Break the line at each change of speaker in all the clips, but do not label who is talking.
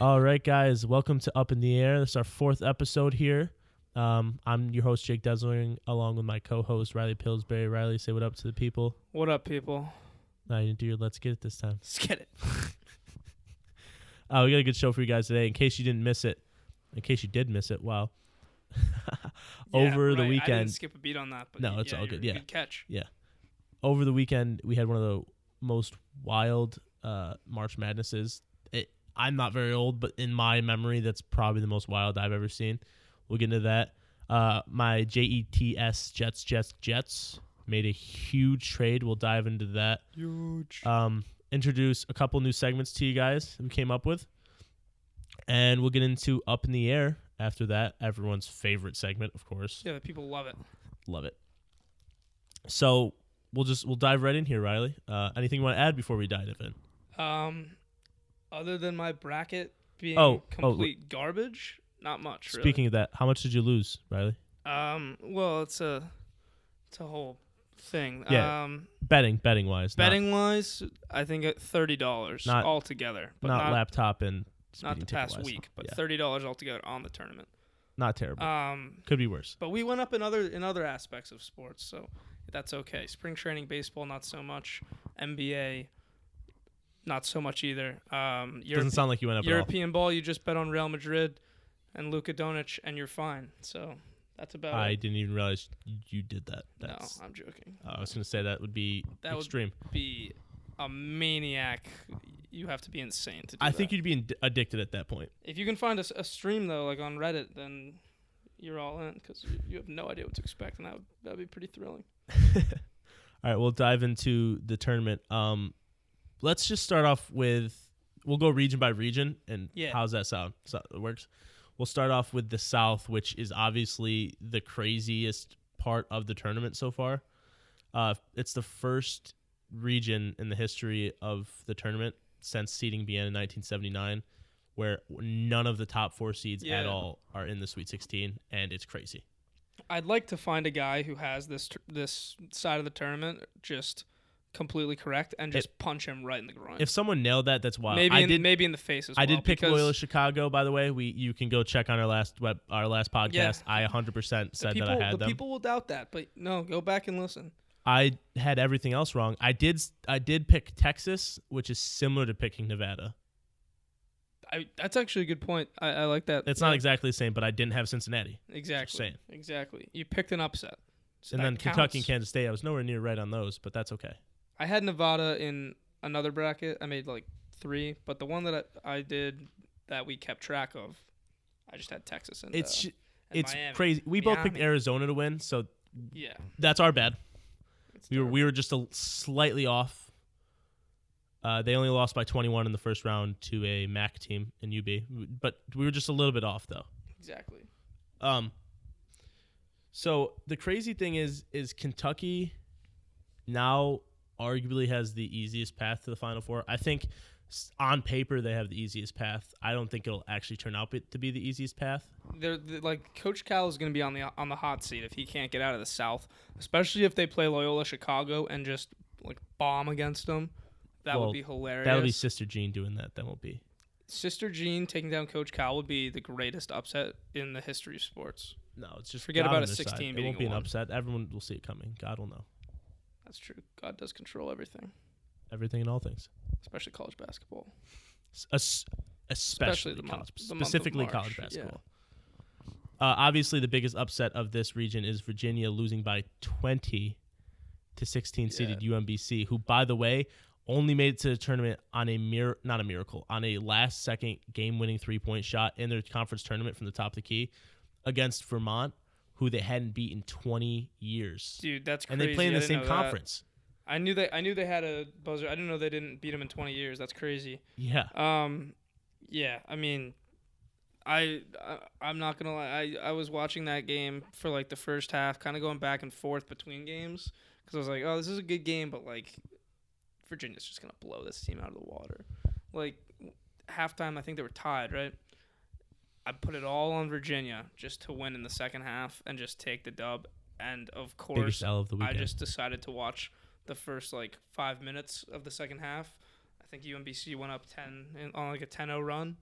All right, guys, welcome to Up in the Air. This is our fourth episode here. Um, I'm your host Jake Desling, along with my co-host Riley Pillsbury. Riley, say what up to the people.
What up, people?
Now you do your let's get it this time.
Let's get it.
Uh, we got a good show for you guys today. In case you didn't miss it, in case you did miss it, wow. Over the
right. I
weekend,
didn't skip a beat on that, but
No,
y-
it's
yeah,
all
you're-
good, yeah.
Good catch.
over the weekend we had one of the most wild uh, March Madnesses. It, I'm not very old, but in my memory, that's probably the most wild I've ever seen. We'll get into that. Uh, my JETS Jets Jets Jets made a huge trade. We'll dive into that.
Huge.
Um, introduce a couple new segments to you guys that we came up with, and we'll get into up in the air after that. Everyone's favorite segment, of course.
yeah, the people love it.
Love it. So we'll just we'll dive right in here, Riley. Uh, anything you want to add before we dive in?
Um, other than my bracket being
Oh, oh,
complete garbage, not much. Really.
Speaking of that, how much did you lose, Riley?
Um, well, it's a, it's a whole thing.
Yeah.
Um,
Betting, betting wise, not-
betting wise, I think at thirty dollars
Not-
altogether, but
not,
not
laptop and speeding
not the
ticket
past
wise.
week, but
Yeah,
thirty dollars altogether on the tournament.
not terrible.
Um,
Could be worse.
But we went up in other in other aspects of sports, so that's okay. Spring training, baseball, not so much. NBA, not so much either. Um,
Doesn't
Europe-
sound like you went up at all.
European ball, you just bet on Real Madrid and Luka Doncic, and you're fine. So that's about
I
it.
didn't even realize you did that.
No,
That's,
I'm joking.
I was gonna say that would be
That would
extreme.
Be a maniac. You have to be insane to do
I
that.
think you'd be ind- addicted at that point.
if you can find a, s- a stream though, like on Reddit, then you're all in because you, you have no idea what to expect, and that would that'd be pretty thrilling.
All right, we'll dive into the tournament. Um, let's just start off with we'll go region by region, and
Yeah.
how's that sound? So it works. We'll start off with the South, which is obviously the craziest part of the tournament so far. Uh, it's the first region in the history of the tournament since seeding began in 1979, where none of the top four seeds at
Yeah.
all are in the Sweet 16, and it's crazy.
I'd like to find a guy who has this tur- this side of the tournament just completely correct and just punch him right in the groin.
If someone nailed that, that's wild.
maybe
I
in,
did
maybe in the face as
I
well.
did pick
because
Loyola Chicago, by the way. We you can go check on our last web our last
Yeah.
podcast. I 100 percent
the
said
people,
that I had
the
them.
people will doubt that, but no, go back and listen.
I had everything else wrong. I did s- I did pick Texas, which is similar to picking Nevada.
I, that's actually a good point. I, I like that.
It's not
Yeah,
exactly the same, but I didn't have Cincinnati.
exactly
saying.
exactly. You picked an upset. So
and
that
then Kentucky and
counts.
Kansas State, I was nowhere near right on those, but that's okay.
I had Nevada in another bracket. I made like three, but the one that I, I did that we kept track of, I just had Texas and
It's
uh,
sh
and
it's
Miami.
crazy. We both picked
Miami.
Arizona to win, so
Yeah,
that's our bad.
it's
We were
terrible.
we were just a l- slightly off. Uh, they only lost by 21 in the first round to a MAC team in UB, but we were just a little bit off though.
exactly.
Um. So the crazy thing is, is Kentucky now arguably has the easiest path to the Final Four. I think s- on paper they have the easiest path. I don't think it'll actually turn out be- to be the easiest path.
They're, they like Coach Cal is going to be on the on the hot seat if he can't get out of the South, especially if they play Loyola Chicago and just like bomb against them. That
Well,
would be hilarious.
That'll be Sister Jean doing that. That won't be.
Sister Jean taking down Coach Cal would be the greatest upset in the history of sports.
No, it's just
Forget
God
about
on
a
their side.
16
It
beating
won't
a
be an
one.
upset. Everyone will see it coming. God will know
That's true. God does control everything,
everything and all things,
especially college basketball.
S- es- especially,
Especially the
college,
month- the month of
specifically
March,
college
yeah.
basketball. Uh, obviously, the biggest upset of this region is Virginia losing by 20 to 16 seeded UMBC, who, by the way, only made it to the tournament on a mir- not a miracle, on a last second game winning three point shot in their conference tournament from the top of the key against Vermont, who they hadn't beat in 20 years.
Dude, that's
and
crazy.
they play in the
I didn't
same
know that.
conference.
I knew they I knew they had a buzzer. I didn't know they didn't beat him in 20 years. That's crazy.
Yeah.
Um, yeah, I mean, I, I I'm not gonna lie. I I was watching that game for like the first half, kind of going back and forth between games because I was like, oh, this is a good game, but like Virginia's just gonna blow this team out of the water. Like halftime, I think they were tied, right? I put it all on Virginia just to win in the second half and just take the dub. And of course,
Biggest L of the
I
weekend.
just decided to watch the first like five minutes of the second half. I think UMBC went up ten in, on like a 10-0 run,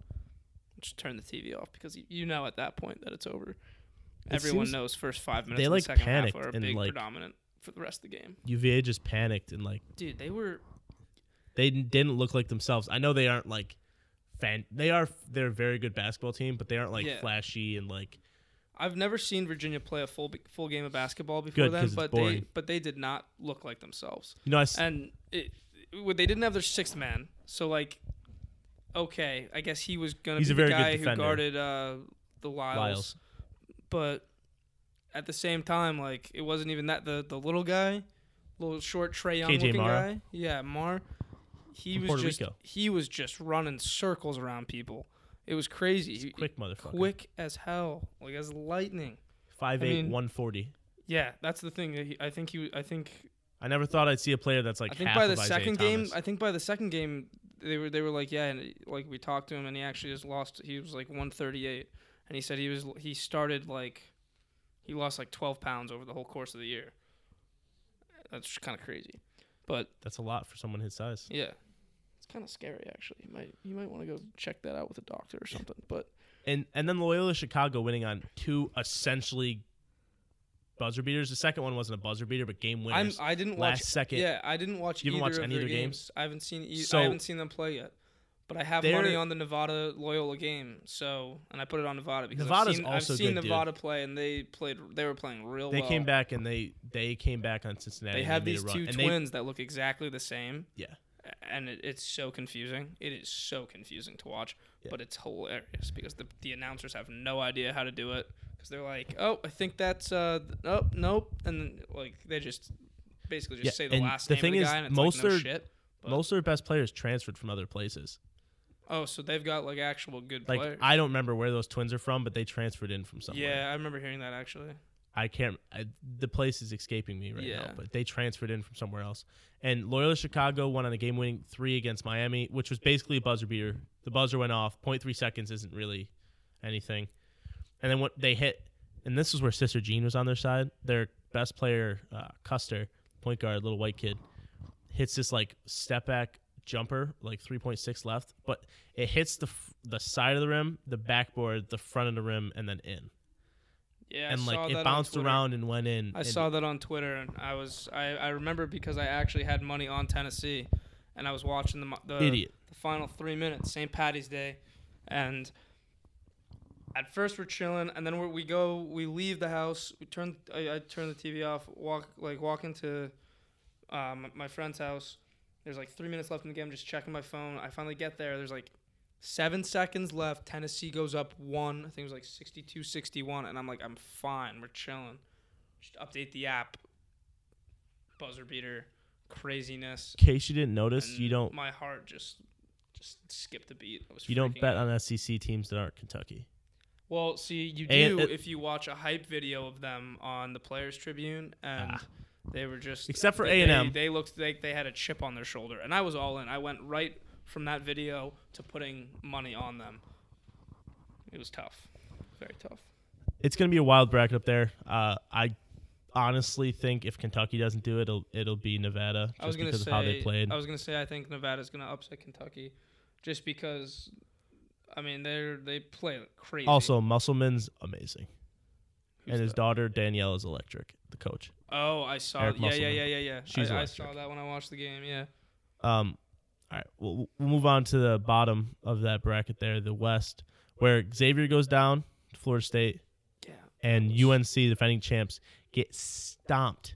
Just turn the TV off because y- you know at that point that it's over.
It
Everyone
seems-
knows first five minutes
they,
of
like,
the second half
panicked
are a
and,
big
like-
predominant for the rest of the game.
UVA just panicked and like
Dude, they were
they n- didn't look like themselves. I know they aren't like fan. They are they're a very good basketball team, but they aren't like
Yeah.
flashy and like
I've never seen Virginia play a full full game of basketball before
Good,
then,
'cause it's
but they
boring.
but they did not look like themselves.
you know. I s
And it, well, they didn't have their sixth man, so like, okay, I guess he was gonna
He's
be
a very
the
good
guy who
defender.
guarded uh, the Lyles,
Lyles.
but at the same time, like it wasn't even that the the little guy, little short Trey Young
KJ
looking
Mara.
guy, yeah, Mar. He
From
was
Puerto
just
Rico.
he was just running circles around people. It was crazy. He-
quick motherfucker.
quick as hell, like as lightning.
Five eight,
I mean-
one forty.
Yeah, that's the thing. that he- I think he. I think.
I never thought I'd see a player that's like.
I think
half
by
of
the
Isaiah
second game,
Thomas.
I think by the second game, they were they were like, yeah, and like we talked to him, and he actually just lost. He was like 138, and he said he was he started like, he lost like 12 pounds over the whole course of the year. That's kind of crazy, but
that's a lot for someone his size.
yeah, it's kind of scary actually. You might you might want to go check that out with a doctor or something. But
And and then Loyola Chicago winning on two essentially buzzer beaters. The second one wasn't a buzzer beater, but game
I'm
winners.
I didn't watch
last second.
Yeah, I didn't watch.
You
either
haven't watched
of
any
their
of their
games.
games?
I haven't seen. E-
So-
I haven't seen them play yet, but I have
They're-
money on the Nevada Loyola game. So, and I put it on Nevada because I've
Nevada's
seen,
also
I've seen
good, dude.
Nevada play, and they played. They were playing real.
They
well.
came back and they they came back on Cincinnati.
They
and
have
made a
these
run.
two
And they-
twins that look exactly the same.
Yeah.
and it, it's so confusing. It is so confusing to watch,
Yeah.
but it's hilarious because the the announcers have no idea how to do it because they're like, oh, I think that's uh, th- oh, nope, and then, like they just basically just
Yeah,
say the
and
last
the
name
thing
of the
is,
guy, and it's
most
like, no
are-
shit. but-
most of their best players transferred from other places.
Oh, so they've got like actual good
Like
players.
I don't remember where those twins are from, but they transferred in from somewhere.
yeah, I remember hearing that actually.
I can't. I, the place is escaping me right now,
Yeah.
but they transferred in from somewhere else. And Loyola Chicago won on a game-winning three against Miami, which was basically a buzzer beater. The buzzer went off. 0.3 seconds isn't really anything. And then what they hit, and this is where Sister Jean was on their side. Their best player, uh, Custer, point guard, little white kid, hits this like step back jumper, like 3.6 left, but it hits the f- the side of the rim, the backboard, the front of the rim, and then in.
Yeah, I
and
saw
like
that
it
on
bounced
Twitter.
around and went in.
I
and
saw that on Twitter, and I was I, I remember because I actually had money on Tennessee, and I was watching the mo- the
idiot.
the final three minutes, St. Patty's Day, and at first we're chilling, and then we're, we go, we leave the house, we turn, I, I turn the TV off, walk like walk into um, my friend's house. There's like three minutes left in the game. I'm just checking my phone. I finally get there. There's like seven seconds left. Tennessee goes up one. I think it was like 62 61. And I'm like, I'm fine. We're chilling. Just update the app. Buzzer beater. Craziness.
In case you didn't notice,
And
you don't
My heart just just skipped a beat. I was
you don't
freaking
bet
out.
on SEC teams that aren't Kentucky.
Well, see, you
And-
do
and-
if you watch a hype video of them on the Players Tribune, and
Ah.
they were just
Except for
they-
A&M.
They looked like they had a chip on their shoulder, and I was all in. I went right from that video to putting money on them. It was tough, very tough.
It's gonna be a wild bracket up there. Uh, I honestly think if Kentucky doesn't do it, it'll it'll be Nevada
I was
just
gonna
because
say
of how they played.
I was gonna say I think Nevada's gonna upset Kentucky, just because. I mean, they're they play crazy.
Also, Musselman's amazing,
Who's
and his
that?
daughter Danielle is electric. The coach.
oh, I saw.
Eric
Yeah, yeah,
Musselman.
yeah, yeah, yeah.
She's
I, I
electric.
saw that when I watched the game. Yeah.
Um, all right, we'll, we'll move on to the bottom of that bracket there, the West, where Xavier goes down, to Florida State,
Yeah.
and UNC defending champs get stomped,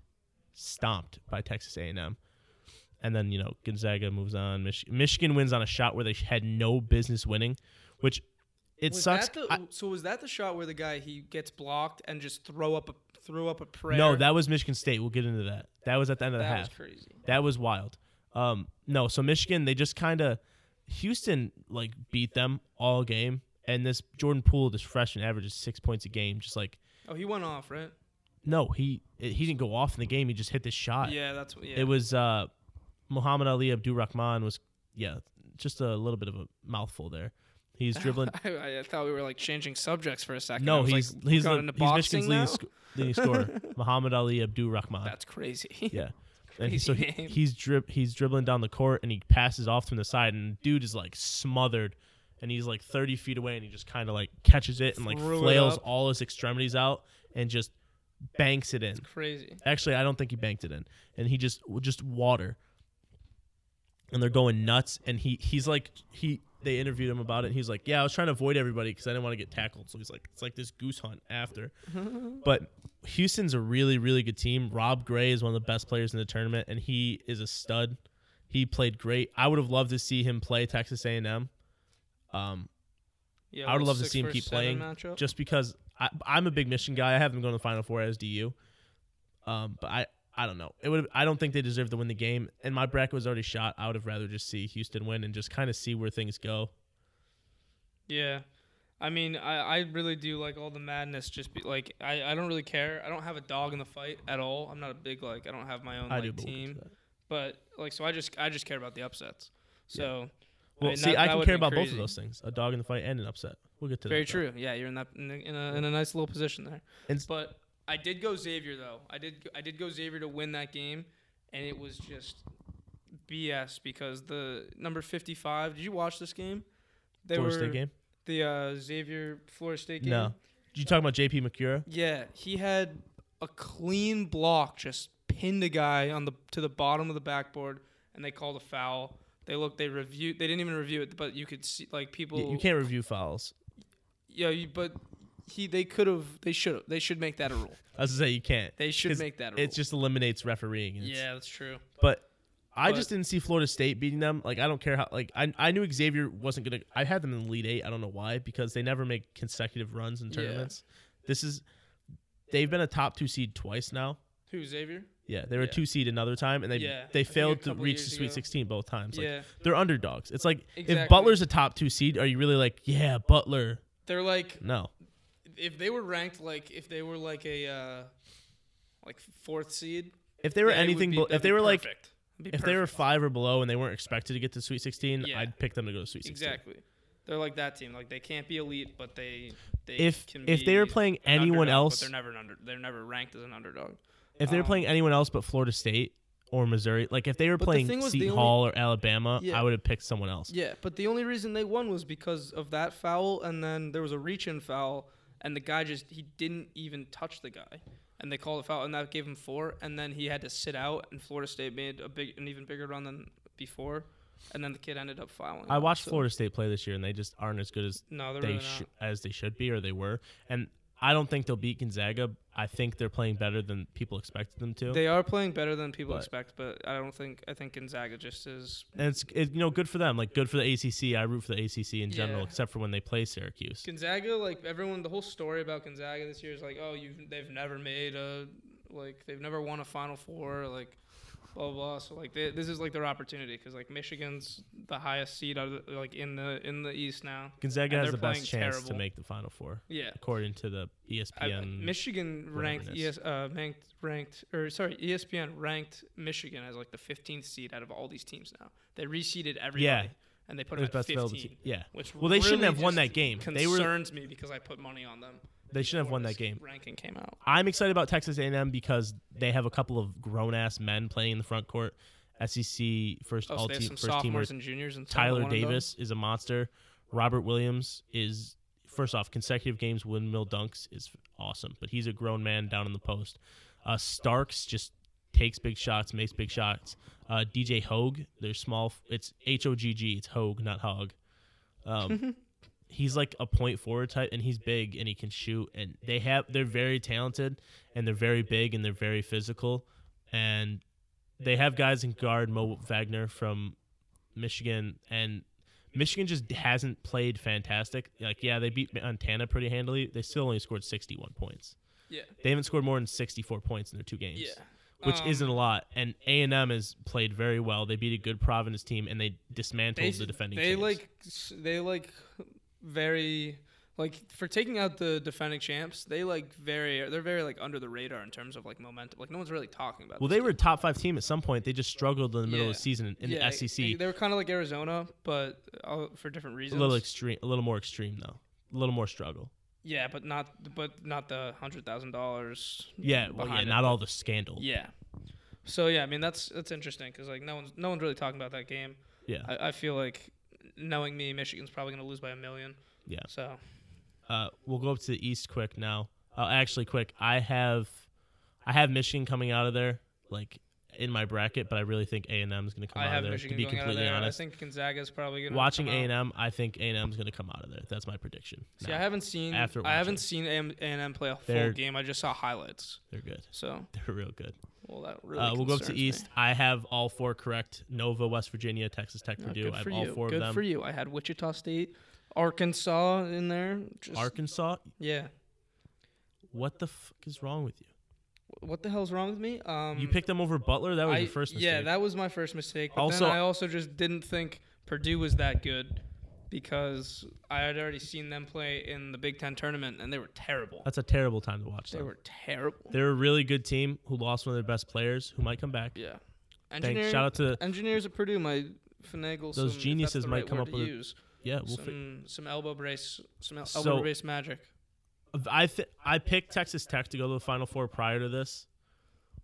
stomped by Texas A&M. And then you know Gonzaga moves on. Mich- Michigan wins on a shot where they had no business winning, which it
was
sucks.
That the,
I-
so was that the shot where the guy he gets blocked and just throw up a throw up a prayer?
no, that was Michigan State. We'll get into that. That was at the end of the
that
half.
was crazy.
That was wild. Um, no, so Michigan they just kind of Houston like beat them all game, and this Jordan Poole, this freshman, averages six points a game. Just like
Oh, he went off, right?
no, he he didn't go off in the game. He just hit this shot.
yeah, that's what. Yeah.
It was uh, Muhammad Ali Abdul Rahman was yeah, just a little bit of a mouthful there. He's dribbling.
I, I- I thought we were like changing subjects for a second. I
no,
was
he's
like,
he's,
gone
li-
into
he's Michigan's
boxing now?
leading, sc- leading scorer, Muhammad Ali Abdul Rahman.
That's crazy.
yeah. And he, so he,
Crazy name.
he's drib- he's dribbling down the court and he passes off to the side and dude is like smothered and he's like 30 feet away and he just kind of like catches it and like
Threw it
flails
up.
all his extremities out and just banks it in.
Crazy.
Actually, I don't think he banked it in, and he just just water. And they're going nuts, and he he's like he they interviewed him about it, and he's like, yeah, I was trying to avoid everybody because I didn't want to get tackled. So he's like, it's like this goose hunt after. but Houston's a really really good team. Rob Gray is one of the best players in the tournament, and he is a stud. He played great. I would have loved to see him play Texas A and M. Um,
Yeah,
I would
little
love to
six
see him
versus
keep
seven
playing
matchup.
just because I, I'm a big Michigan guy. I have them going to the Final Four as do you. Um, but I, I don't know. It would I don't think they deserve to win the game. And my bracket was already shot. I would have rather just see Houston win and just kind of see where things go.
Yeah. I mean, I, I really do like all the madness. Just be, like I, I don't really care. I don't have a dog in the fight at all. I'm not a big like I don't have my own
I
like,
do believe
team.
that.
But like so I just I just care about the upsets. So
Well,
mean,
see,
that-
I
that
can
would've
care
been
about both
crazy.
of those things: a dog in the fight and an upset. We'll get to
Very
that. though.
true. Yeah, you're in that in a, in a, in a nice little position there.
And s-
but I did go Xavier though. I did I did go Xavier to win that game, and it was just BS because the number 55. Did you watch this game? They
Florida
were
State game.
the uh, Xavier Florida State game.
No, Did you talk about J.P. McCura?
Yeah, he had a clean block, just pinned a guy on the to the bottom of the backboard, and they called a foul. They looked. They reviewed. They didn't even review it, but you could see like people.
Y- you can't review fouls.
Yeah, you, but he they could have they should have they should make that a rule.
I was gonna say you can't.
They should
'Cause
make that a rule.
It just eliminates refereeing. and it's-
yeah, that's true.
But I
But-
just didn't see Florida State beating them. Like I don't care how. Like I, I knew Xavier wasn't gonna. I had them in the lead eight. I don't know why because they never make consecutive runs in
Yeah.
tournaments. This is they've been a top two seed twice now.
Who Xavier?
Yeah, they were
Yeah.
a two seed another time, and they
Yeah, I
they
think a
failed to
couple
reach
years
the Sweet
ago.
Sixteen both times. Like
yeah,
they're underdogs. It's like
Exactly.
if Butler's a top two seed, are you really like yeah Butler?
they're like
No,
if they were ranked like if they were like a uh, like fourth seed.
if they were
yeah, it would
anything,
be-
be,
that'd
if they
be
were like
perfect. It'd be
if they were
perfect.
five or below and they weren't expected to get to Sweet Sixteen,
Yeah.
I'd pick them to go to Sweet Sixteen.
exactly, they're like that team. Like they can't be elite, but they they
If
can
if they were
be
playing
an
anyone
underdog,
else,
but they're never an under they're never ranked as an underdog.
If they were
Um,
playing anyone else but Florida State or Missouri, like if they were
But the thing
playing
was, the
Seton
only-
Hall or Alabama,
Yeah.
I would have picked someone else.
Yeah, but the only reason they won was because of that foul, and then there was a reach in foul, and the guy just he didn't even touch the guy, and they called a foul, and that gave him four, and then he had to sit out, and Florida State made a big an even bigger run than before, and then the kid ended up fouling.
I
out,
watched
so-
Florida State play this year, and they just aren't as good as
No, they're
they
really
sh-
not.
as they should be or they were. And I don't think they'll beat Gonzaga. I think they're playing better than people expected them to.
They are playing better than people
But-
expect, but I don't think I think Gonzaga just is.
and it's it, you know good for them, like good for the ACC. I root for the ACC in general,
Yeah.
except for when they play Syracuse.
Gonzaga, like everyone, the whole story about Gonzaga this year is like, oh, you they've never made a like they've never won a Final Four, like blah blah. blah. So like they, this is like their opportunity because like Michigan's the highest seed out of the, like in the in the East now.
Gonzaga
and
has
they're
the best
playing
chance to
terrible.
make the Final Four,
Yeah,
according to the E
I,
ESPN.
Michigan ranked
whatever it
ES, uh, ranked ranked or sorry E ESPN ranked Michigan as like the 15th seed out of all these teams now. They reseeded everybody and they put them
It's
at
best
15,
available team. Yeah,
which
Well, they shouldn't
really
have won
just
that game. They were-
Concerns me because I put money on them.
they shouldn't have
before
won that
this
game.
Ranking came out.
I'm excited about Texas A&M because they have a couple of grown ass men playing in the front court. SEC first
Oh, so
all
they have
team
some
first teamers.
sophomores and juniors and stuff,
Tyler
one and done?
Davis is a monster. Robert Williams is first off consecutive games windmill dunks is awesome, but he's a grown man down in the post. Uh, Starks just takes big shots, makes big shots. Uh, DJ Hogue, they're small. It's H O G G. It's Hogue, not Hog. Um, he's like a point forward type, and he's big and he can shoot. And they have they're very talented, and they're very big and they're very physical, and they have guys in guard Mo Wagner from Michigan, and Michigan just hasn't played fantastic. Like yeah, they beat Montana pretty handily. They still only scored sixty one points.
Yeah.
They haven't scored more than sixty four points in their two games
Yeah.
which
Um,
isn't a lot. And A and M has played very well. They beat a good Providence team and they dismantled
They,
the defending.
they
teams.
like s- they like very like for taking out the defending champs. They like very they're very like under the radar in terms of like momentum. Like no one's really talking about.
Well,
this
they were a
team.
top five team at some point. They just struggled in the middle of
Yeah.
the season in
Yeah,
the E SEC.
They, they were kind of like Arizona, but uh, for
a
different reasons.
little extreme, a little more extreme though. A little more struggle.
yeah, but not but not the hundred thousand dollars.
Yeah, well, yeah,
behind it.
not all the scandal.
Yeah. So yeah, I mean that's that's interesting because like no one's no one's really talking about that game.
Yeah.
I, I feel like knowing me, Michigan's probably going to lose by a million.
Yeah.
So
Uh, we'll go up to the East quick now. Uh, actually, quick. I have, I have Michigan coming out of there, like in my bracket, but I really think A and M is going to come
I
out
have
of there. to
Michigan
be
going out of
completely
there.
honest,
I think Gonzaga's probably going to
watching A
come out.
and M, I think A and M is going to come out of there. That's my prediction.
See,
Nah,
I haven't seen
after
I
watching.
haven't seen A and M play a full
They're-
game. I just saw highlights.
they're good.
So
They're real good.
well, that really
uh, we'll go up to
concerns me.
East. I have all four correct: Nova, West Virginia, Texas Tech,
No,
Purdue.
good
I have
for
all
you.
four
good
of
for
them.
you. I had Wichita State, Arkansas in there. Just,
Arkansas.
yeah.
What the fuck is wrong with you?
What the hell's wrong with me? Um,
You picked them over Butler. That was
I-
your first mistake.
Yeah, that was my first mistake. But
Also-
then I also just didn't think Purdue was that good because I had already seen them play in the Big Ten tournament and they were terrible.
That's a terrible time to watch
They
them.
were terrible.
They're a really good team who lost one of their best players who might come back.
Yeah.
Thanks.
Engineering,
Shout out to
engineers at Purdue might finagle some,
Those
if that's
geniuses
the
might
right
come
word
up
to
with a-
use.
yeah. We'll fi-
some some elbow brace some el-
So-
elbow brace magic.
I th- I picked Texas Tech to go to the Final Four prior to this,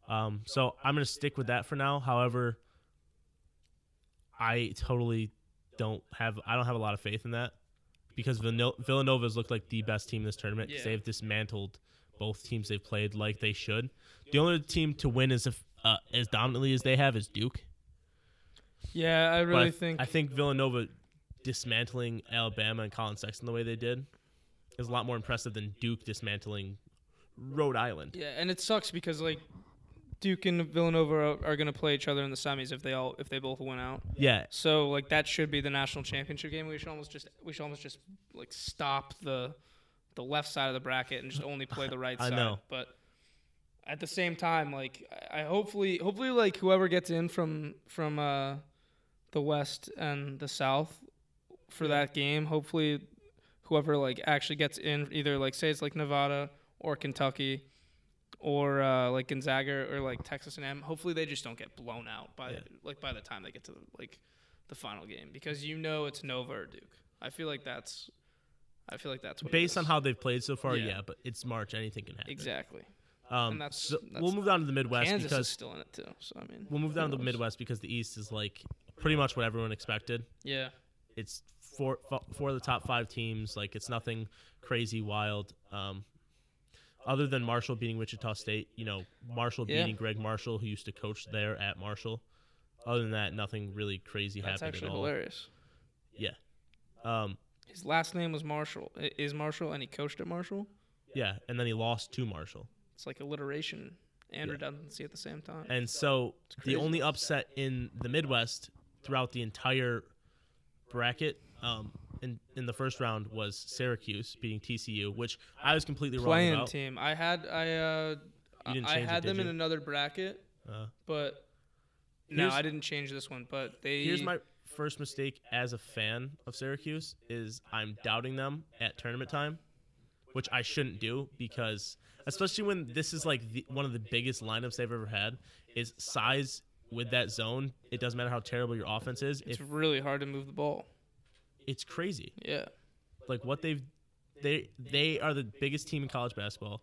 um. So I'm gonna stick with that for now. However, I totally don't have I don't have a lot of faith in that because Villano- Villanova's looked like the best team in this tournament 'cause
Yeah.
they've dismantled both teams they've played like they should. The only team to win is if uh, as dominantly as they have is Duke.
Yeah, I
But
really
I,
think
I think Villanova dismantling Alabama and Colin Sexton the way they did is a lot more impressive than Duke dismantling Rhode Island.
Yeah, and it sucks because like Duke and Villanova are, are going to play each other in the semis if they all if they both win out.
Yeah,
So like that should be the national championship game. We should almost just we should almost just like stop the the left side of the bracket and just only play the right
I
side.
know.
But at the same time, like I I hopefully hopefully like whoever gets in from from uh the West and the South for that game, hopefully whoever like actually gets in either like say it's like Nevada or Kentucky or uh, like Gonzaga or like Texas and M. Hopefully they just don't get blown out by
Yeah.
like by the time they get to the, like the final game because you know it's Nova or Duke. I feel like that's I feel like that's what it
based
is.
on how they've played so far,
Yeah.
yeah, but it's March, anything can happen.
exactly
Um,
and that's-
so
that's-
we'll move down to the Midwest
Kansas is
because
still in it too. So I mean
we'll move down to the
who knows?
Midwest because the East is like pretty much what everyone expected.
Yeah,
It's four fo- four of the top five teams. Like it's nothing crazy wild. Um, other than Marshall beating Wichita State, you know, Marshall
Yeah.
beating Greg Marshall, who used to coach there at Marshall. Other than that, nothing really crazy
that's
happened
actually
at all.
hilarious.
Um,
His last name was Marshall. I- Is Marshall and he coached at Marshall?
yeah, and then he lost to Marshall.
It's like alliteration and
Yeah.
redundancy at the same time.
And so the
crazy.
only upset in the Midwest throughout the entire bracket um, in, in the first round was Syracuse beating TCU, which I was completely wrong
Playing
about.
team. I had I uh
You didn't
I
change it,
had them
did
in
you?
another bracket,
Uh,
but no,
Here's-
I didn't change this one. But they
here's my first mistake as a fan of Syracuse is I'm doubting them at tournament time, which I shouldn't do because especially when this is like the, one of the biggest lineups they've ever had is size with that zone. It doesn't matter how terrible your offense is.
It's
If,
really hard to move the ball.
it's crazy.
Yeah,
like what they've they they are the biggest team in college basketball.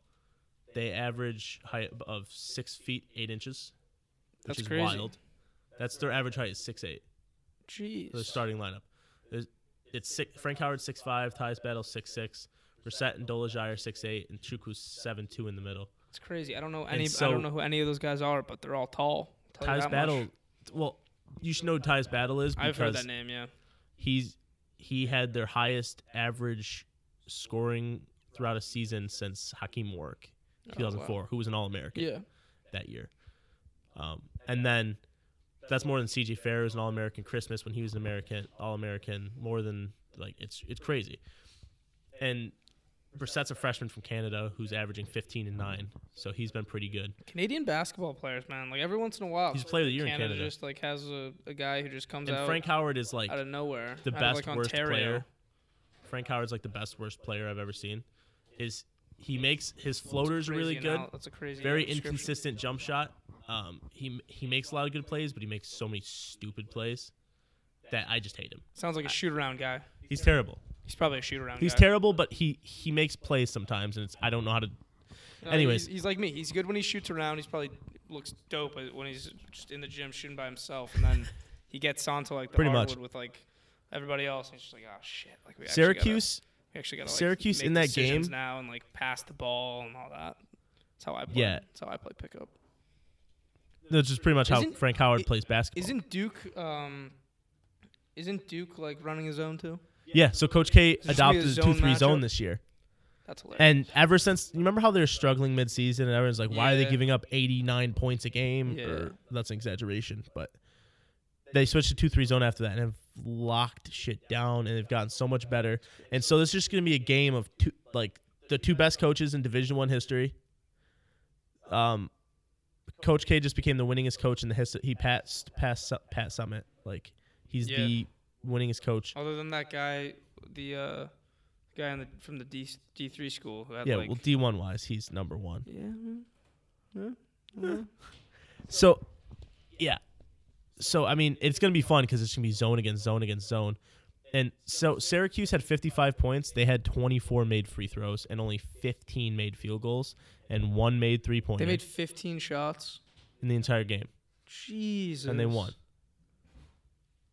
They average height of six feet eight inches, which
That's
is
crazy.
wild. That's their average height is six eight.
jeez.
For the starting lineup, There's, it's six, Frank Howard six five, Tyus Battle six six, Brissett and Dolajai are six eight, and Chukwu's seven two in the middle.
It's crazy. I don't know any. I
so-
don't know who any of those guys are, but they're all tall. Tell you
Tyus
Oh, that much.
Battle, well, you should know who Tyus Battle is because
I've heard that name. Yeah,
he's he had their highest average scoring throughout a season since Hakeem Warwick,
wow.
2004, who was an All American
yeah.
that year. Um, and then that's more than CJ Fair was an All American Christmas when he was an American All American. More than like it's it's crazy. And Brissett's a freshman from Canada who's averaging 15 and nine, so he's been pretty good.
Canadian basketball players, man. Like every once in a while,
He's a player of the year in
Canada
Canada.
just like has a, a guy who just comes
And
out
Frank Howard is like
out of nowhere.
the
out of,
best
like,
worst
Ontario.
player. Frank Howard's like the best worst player I've ever seen. Is he makes his floaters are
Crazy
really good.
anal- That's a crazy.
Very
description.
inconsistent jump shot. Um, he he makes a lot of good plays, but he makes so many stupid plays that I just hate him.
Sounds like a shoot around guy.
He's terrible.
He's probably a shoot around.
He's
guy.
terrible, but he he makes plays sometimes, and it's I don't know how to.
No,
Anyways.
he's, he's like me. He's good when he shoots around. He's probably looks dope when he's just in the gym shooting by himself, and then he gets onto like the
Pretty much.
hardwood with like everybody else. And it's just like, oh shit! Like we actually gotta-
Syracuse,
we actually gotta like,
Syracuse
make
in that
decisions
game-
now and like pass the ball and all that. That's how I play.
Yeah.
That's how I play pickup.
that's just pretty much how
Isn't-
Frank Howard
i-
plays basketball.
Isn't Duke um, isn't Duke like running his own too?
yeah, so Coach K
gonna be a
adopted his
zone
2 3 zone
matchup?
this year.
That's hilarious.
And ever since, you remember how they were struggling midseason and everyone's like, why are they
Yeah.
giving up 89 points a game?
Yeah.
Or, that's an exaggeration, but they switched to 2 3 zone after that and have locked shit down and they've gotten so much better. And so this is just going to be a game of two, like the two best coaches in Division One history. Um, Coach K just became the winningest coach in the history. He passed, passed Su- Pat Summit. Like, he's
Yeah.
the winningest coach.
Other than that guy, the uh, guy in the, from the D D three school who had
Yeah,
like
well, D1 wise, he's number one.
yeah, mm, yeah, yeah.
So, yeah. So I mean, it's gonna be fun because it's gonna be zone against zone against zone. And so Syracuse had 55 points. They had 24 made free throws and only 15 made field goals and one made three
they
pointer
made 15 shots.
in the entire game.
Jesus.
And they won.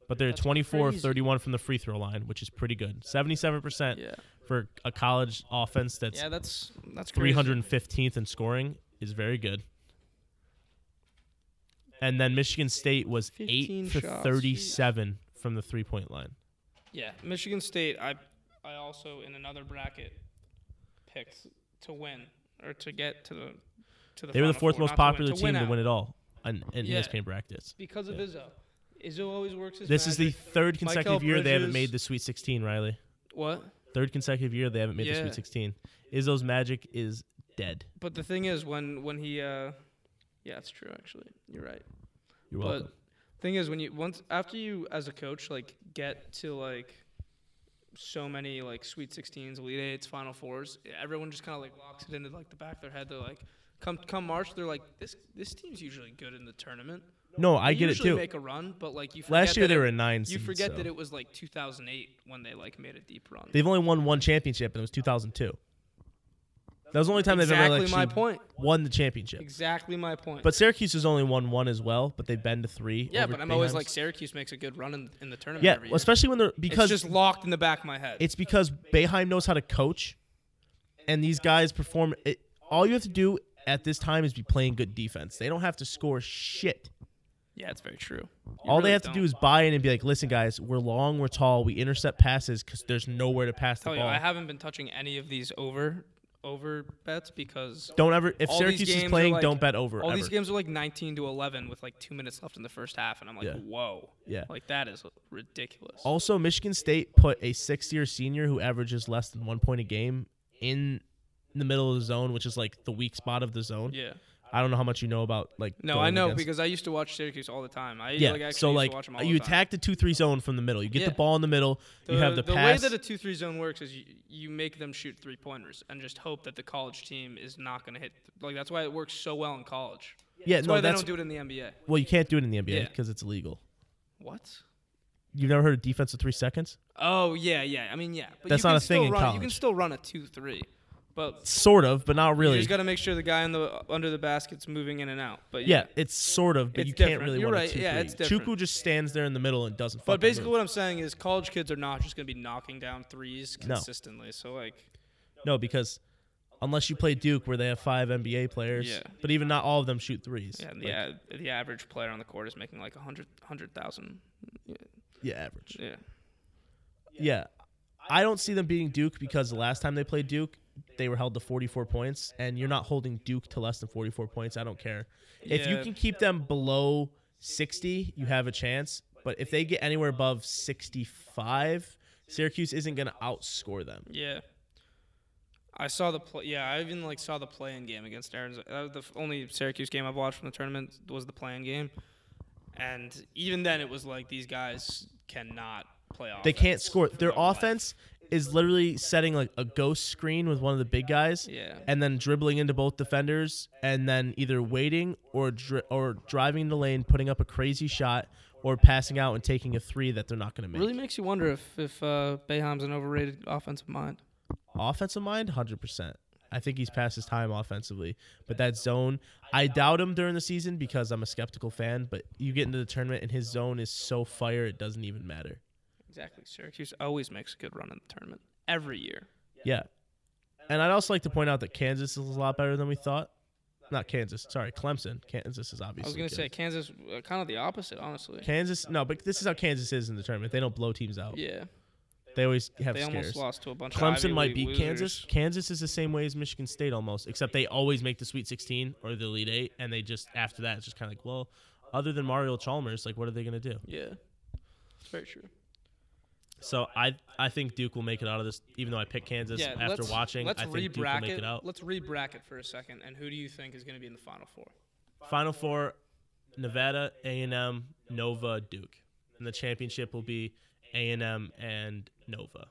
But they're 24 of
crazy.
31 from the free throw line, which is pretty good. 77%
Yeah.
for a college offense that's
Yeah, that's that's crazy.
315th in scoring is very good. And then Michigan State was 8
15
for
shots.
37 from the three point line.
Yeah, Michigan State. I I also in another bracket picked to win or to get to the to the.
They were the
Final
fourth
Four,
most
not to win,
popular
to
team to
out.
win it all in, in E
Yeah.
ESPN brackets.
because of
Yeah.
Izzo. Izzo always works his.
This is the
magic.
third consecutive year they haven't
Bridges.
made the Sweet 16, Riley.
what?
Third consecutive year they haven't made the
Yeah.
Sweet 16. Izzo's magic is dead.
But the thing is, when when he, uh, yeah, it's true. Actually, you're right.
You're
But
welcome.
thing is, when you once after you as a coach like get to like so many like Sweet 16s, Elite Eights, Final Fours, everyone just kind of like locks it into like the back of their head. They're like, come come March, they're like this this team's usually good in the tournament.
no, I
They
get it
usually
too.
Make a run, but like you forget
Last year
that
they
it-
were a nine
You
seed,
forget
so.
that it was like 2008 when they like made a deep run.
They've only won one championship, and it was 2002. That was the only time they've ever
Exactly my
actually
point.
won the championship.
exactly my point.
But Syracuse has only won one as well, but they've been to three.
yeah,
over
but I'm always
Bayheim's.
like Syracuse makes a good run in, in the tournament.
yeah,
every
well,
year.
especially when they're because
it's just locked in the back of my head.
it's because Bayheim knows how to coach, and these guys perform. It, all you have to do at this time is be playing good defense. They don't have to score shit.
yeah, it's very true. You
All they
really
have to
don't.
do is buy in and be like, "Listen, guys, we're long, we're tall, we intercept passes because there's nowhere to pass the
tell you,
ball."
I haven't been touching any of these over over bets because
don't ever if
all these
Syracuse
games
is
are
playing,
like-
don't bet over.
all these
ever.
games are like 19 to 11 with like two minutes left in the first half, and I'm like,
Yeah.
whoa,
Yeah.
like that is ridiculous.
Also, Michigan State put a six-year senior who averages less than one point a game in the middle of the zone, which is like the weak spot of the zone.
yeah,
I don't know how much you know about like.
no,
going
I know
against-
because I used to watch Syracuse all the time. I
yeah.
like, actually
so
used
like
to watch them all
you
the time.
attack the two-three zone from the middle. You get the
Yeah.
ball in the middle.
The,
you have the,
the
pass.
way that a two-three zone works is you, you make them shoot three pointers and just hope that the college team is not going to hit. Like that's why it works so well in college.
yeah,
That's
no,
why they
that's
don't do it in the NBA.
well, you can't do it in the NBA
Yeah.
because it's illegal.
What?
You've never heard of defense of three seconds?
Oh yeah, yeah. I mean yeah. But
That's
you
not
can
a thing
still
in
run, You can
college.
still run a two-three, but
Sort of, but not
you
really.
just got to make sure the guy in the under the basket's moving in and out. But
yeah, it's sort of, but
It's
you can't
different.
really
You're
want
right.
a two-three.
Yeah, it's different.
Chuku just stands there in the middle and doesn't.
But
fucking
basically,
move.
what I'm saying is college kids are not just going to be knocking down threes
No.
consistently. So like,
No, because unless you play Duke, where they have five NBA players,
Yeah.
but even not all of them shoot threes.
yeah,
Like,
the, a- the average player on the court is making like a hundred hundred thousand.
yeah, average.
Yeah.
Yeah. I don't see them beating Duke because the last time they played Duke, they were held to 44 points, and you're not holding Duke to less than 44 points. I don't care. If you
Yeah.
can keep them below 60, you have a chance. But if they get anywhere above 65, Syracuse isn't going to outscore them.
Yeah. I saw the play. Yeah, I even like saw the play-in game against Aaron's. That was the f- only Syracuse game I've watched from the tournament was the play-in game, and even then it was like these guys cannot play off.
They can't score. Their offense is literally setting like a ghost screen with one of the big guys,
Yeah.
and then dribbling into both defenders, and then either waiting or dri- or driving the lane, putting up a crazy shot, or passing out and taking a three that they're not going to make.
Really makes you wonder if if uh, Boeheim's an overrated offensive mind.
Offensive mind, hundred percent. I think he's past his time offensively, but that zone, I doubt him during the season because I'm a skeptical fan. But you get into the tournament and his zone is so fire, it doesn't even matter.
Exactly. Syracuse always makes a good run in the tournament every year.
Yeah. And I'd also like to point out that Kansas is a lot better than we thought. Not Kansas, sorry, Clemson. Kansas is
I
obviously.
was gonna
good.
say Kansas, uh, kind of the opposite, honestly.
Kansas. No, but this is how Kansas is in the tournament. They don't blow teams out.
yeah,
They always have
they
scares.
almost lost to a bunch. of Ivy
Clemson might
League
beat Kansas.
losers.
Kansas is the same way as Michigan State almost, except they always make the Sweet 16 or the Elite Eight, and they just after that it's just kind of like, well, other than Mario Chalmers, like what are they gonna do?
Yeah, it's very true.
So I I think Duke will make it out of this, even though I picked Kansas
yeah,
after
let's,
watching.
let's
I think Duke will
re-bracket,
make it out.
Let's re-bracket for a second, and who do you think is gonna be in the final four?
Final four: Nevada, A and M, Nova, Duke, and the championship will be A and M and Nova.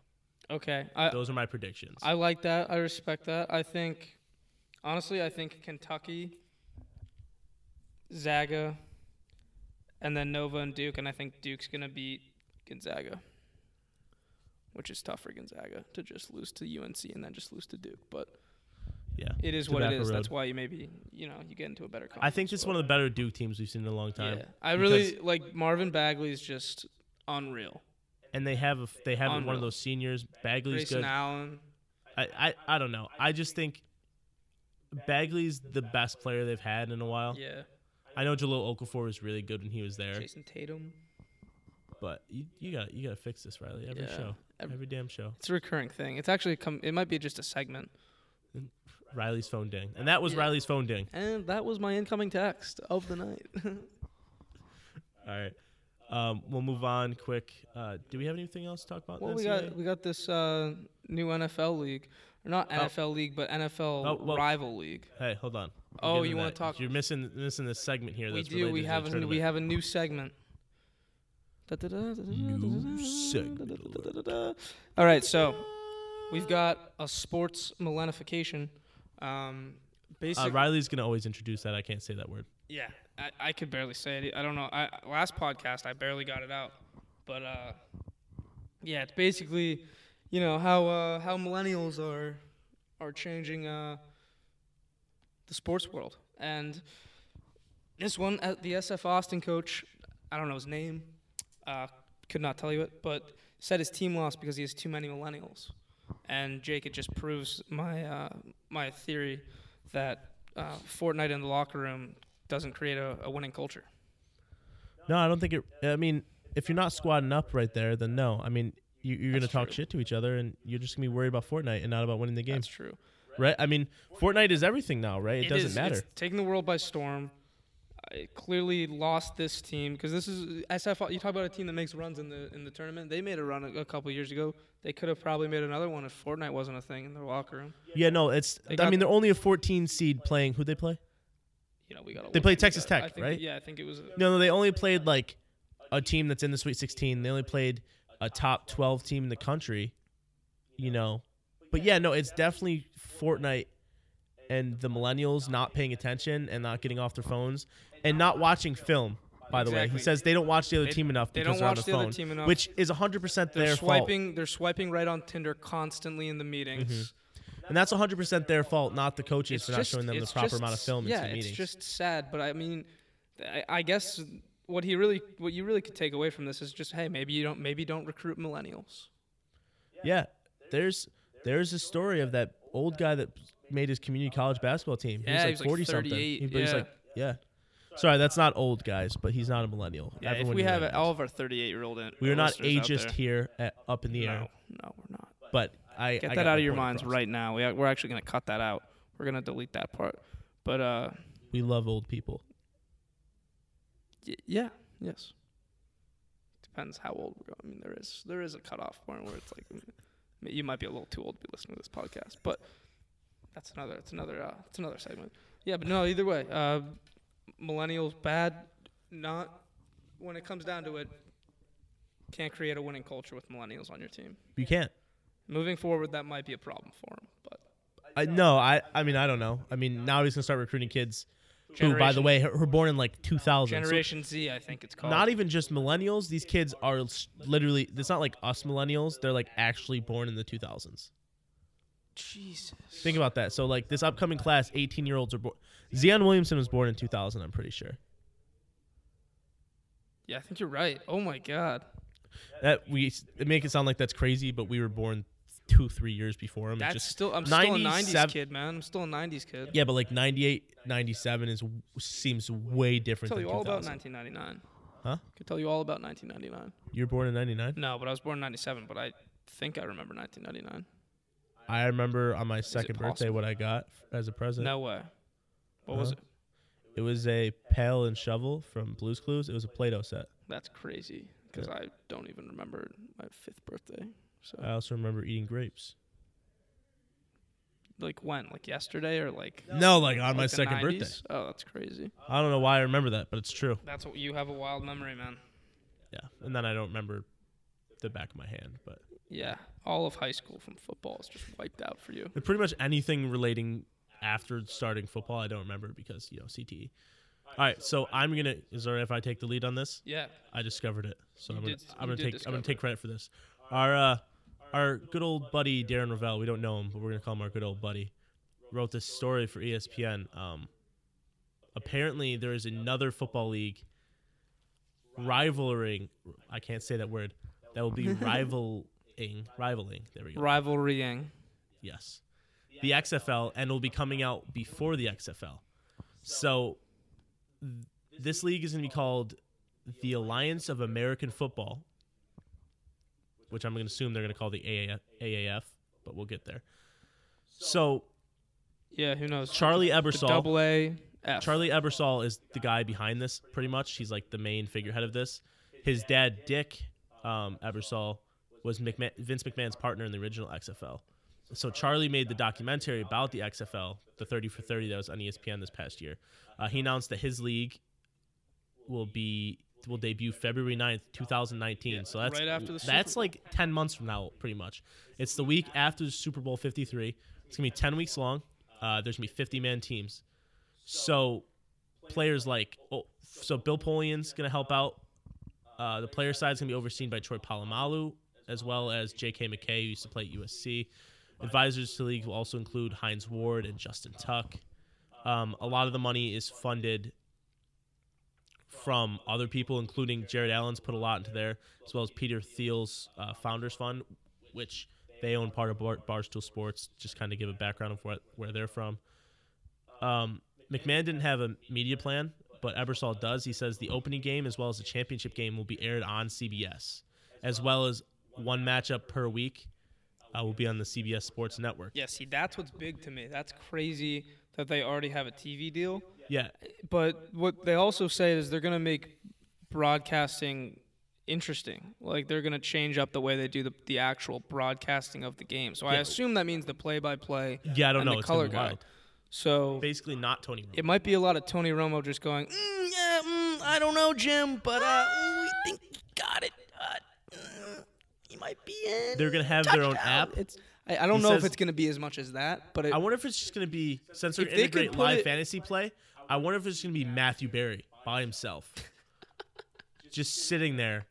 Okay, I
Those are my predictions.
I like that. I respect that. I think, honestly, I think Kentucky, Zaga, and then Nova and Duke, and I think Duke's gonna beat Gonzaga, which is tough for Gonzaga to just lose to UNC and then just lose to Duke. But
yeah,
it is
to
what it
Baffert
is.
Road.
That's why you maybe you know you get into a better.
I think
conference,
it's one of
but-
the better Duke teams we've seen in a long time.
Yeah, I really like Marvin Bagley's just unreal.
and they have a, they have one
Unreal.
of those seniors. Bagley's
Grayson
good. I,
Allen.
I I don't know. I just think Bagley's the best player they've had in a while.
Yeah,
I know Jalil Okafor was really good when he was there,
Jason Tatum.
but you, you got you got to fix this, Riley. Every
Yeah.
show,
Ev-
every damn show.
It's a recurring thing. It's actually come. It might be just a segment.
Riley's phone ding, and that was
Yeah.
Riley's phone ding.
And that was my incoming text of the night.
All right, um, we'll move on quick. Uh, do we have anything else to talk about? in
well,
the
we
NCAA?
got we got this uh, new NFL league, or not NFL league, but NFL
Oh, well-
rival league.
Hey, hold on. We'll
Oh,
get into
you wanna
that.
talk-
You're missing missing this segment here.
We
That's
do.
related
We
to the
have a, we
tournament.
have a new segment. New
segment
All right, so we've got a sports millennification. Um,
Uh,
basic.
Riley's gonna always introduce that. I can't say that word.
Yeah, I, I could barely say it. I don't know. I last podcast I barely got it out, but uh, yeah, it's basically, you know how uh, how millennials are are changing uh, the sports world, and this one uh, the SF Austin coach, I don't know his name, uh, could not tell you it, but said his team lost because he has too many millennials, and Jake, it just proves my uh, my theory that. Uh, Fortnite in the locker room doesn't create a, a winning culture.
No, I don't think it. I mean, if you're not squatting up right there, then no. I mean, you, you're going to
That's
talk
true.
shit to each other, and you're just going to be worried about Fortnite and not about winning the game,
That's true.
right? I mean, Fortnite is everything now, right? It, doesn't
is-
matter.
It's taking the world by storm. I clearly lost this team because this is SF. You talk about a team that makes runs in the in the tournament. They made a run a, a couple years ago. They could have probably made another one if Fortnite wasn't a thing in their locker room.
Yeah, no, it's. I
They got-
mean, they're only a 14 seed playing. Who they play?
You know, we got.
They play Texas Tech, right?
Yeah, I think it was.
No, no, they only played like a team that's in the Sweet 16. They only played a top 12 team in the country, you know. But yeah, no, it's definitely Fortnite and the millennials not paying attention and not getting off their phones and not watching film. By the way, he
Exactly.
says they don't watch the other
They-
team enough
they
because
don't
they're on
watch
the
the
phone,
other team enough.
which is 100%
They're
their fault.
swiping. They're swiping right on Tinder constantly in the meetings.
And that's 100% their fault, not the coaches
It's
for Mm-hmm. not
just-
showing them the
it's
proper
just-
amount of film
Yeah,
in team meetings.
it's just sad, but I mean, I, I guess what he really, what you really could take away from this is just, hey, maybe you don't, maybe don't recruit millennials.
Yeah, there's there's a story of that old guy that made his community college basketball team. he
Yeah, he
was like
was like
forty something.
38,
He- but he's
yeah.
like, yeah. Sorry, that's not old guys, but he's not a millennial.
if
Everyone
we
knew
have
that.
all of our 38 year old,
we are not ageist here at, up in the air.
No, no, we're not.
But I
Get
I
that
got
out
my
of your
point
minds
across.
right now. We, we're actually gonna cut that out. We're gonna delete that part. But uh,
We love old people.
y- yeah, yes. Depends how old we're. I mean, there is there is a cutoff point where it's like m- you might be a little too old to be listening to this podcast, but that's another that's another uh, that's another segment. Yeah, but no, either way, uh, millennials bad. Not when it comes down to it, can't create a winning culture with millennials on your team.
You can't.
Moving forward, that might be a problem for them. But
I no. I I mean I don't know. I mean now he's gonna start recruiting kids who, by the
Generation-
way, were born in like two thousand.
Generation Z, I think it's called.
not e- even just millennials. These kids are s- literally. It's not like us millennials. They're like actually born in the two thousands.
Jesus.
Think about that. So like this upcoming class, 18 year olds are born. Zion Williamson was born in 2000. I'm pretty sure.
Yeah, I think you're right. Oh my God.
That we they make it sound like that's crazy, but we were born two, three years before him. It's
That's
just
still I'm still a
97
'90s kid, man. I'm still a '90s kid.
yeah, but like 98, 97 is seems way different
tell
than
you all about
2000.
1999.
Huh?
Could tell you all about 1999.
you were born in 99.
No, but I was born in '97, but I think I remember 1999.
I remember on my second birthday
possible?
what I got as a present.
No way. What was it?
Uh-huh. It was a pail and shovel from Blue's Clues. It was a Play-Doh set.
That's crazy because I don't even remember my fifth birthday. So
I also remember eating grapes.
like when? Like yesterday or like
No, like on my
like the
second
90s?
birthday.
Oh, that's crazy.
I don't know why I remember that, but it's true.
That's what you have a wild memory, man.
Yeah, and then I don't remember the back of my hand, but
Yeah, all of high school from football is just wiped out for you.
but pretty much anything relating after starting football, I don't remember because you know CTE. All right, so I'm gonna. Is there if I take the lead on this?
Yeah,
I discovered it, so
You
I'm gonna
did-
I'm
you
gonna
did
take I'm gonna
discover
take credit for this. Our uh, our good old buddy Darren Ravel, we don't know him, but we're gonna call him our good old buddy. Wrote this story for E ESPN. Um, apparently there is another football league rivaling. I can't say that word. That will be rivaling rivaling. There we go.
rivalrying.
Yes. The XFL and it'll be coming out before the XFL. So th- this league is going to be called the Alliance of American Football, which I'm going to assume they're going to call the AAF, AAF, but we'll get there. So
Yeah, who knows?
Charlie
The
Ebersol,
double A F.
Charlie Ebersol is the guy behind this, pretty much. He's like the main figurehead of this. His dad, Dick um, Ebersol, was McMahon, Vince McMahon's partner in the original XFL. So Charlie made the documentary about the XFL, the 30 for 30 that was on E ESPN this past year. Uh, he announced that his league will be will debut February 9th, 2019. So that's
right after the Super
that's
Bowl.
like 10 months from now, pretty much. It's the week after the Super Bowl 53. It's gonna be 10 weeks long. Uh, there's gonna be 50 man teams. So players like oh, so Bill Polian's gonna help out. Uh, the player side's gonna be overseen by Troy Polamalu as well as J.K. McKay, who used to play at USC. Advisors to the league will also include Heinz Ward and Justin Tuck. Um, a lot of the money is funded from other people, including Jared Allen's put a lot into there, as well as Peter Thiel's uh, Founders Fund, which they own part of Bar- Barstool Sports. Just kind of give a background of what, where they're from. Um, McMahon didn't have a media plan, but Ebersol does. He says the opening game as well as the championship game will be aired on CBS, as well as one matchup per week uh, will be on the CBS Sports Network.
Yeah, see, that's what's big to me. That's crazy that they already have a TV deal.
Yeah,
But what they also say is they're going to make broadcasting interesting. Like they're going to change up the way they do the, the actual broadcasting of the game. So I
Yeah.
assume that means the play by play.
yeah, I don't
And the
know. It's gonna
color
be
guy.
wild.
So
Basically, not Tony. Romo.
it might be a lot of Tony Romo just going, mm, yeah, mm, I don't know, Jim, but uh, mm, we think he got it. Uh, mm, he might be in.
They're gonna have their own
touchdown."
app.
It's I, I don't
He
know
says-
if it's gonna be as much as that, but it,
I wonder if it's just going to be since they're
If they could
integrate
put
live
it-
fantasy play. I wonder if it's going to be Matthew Berry by himself, just sitting there.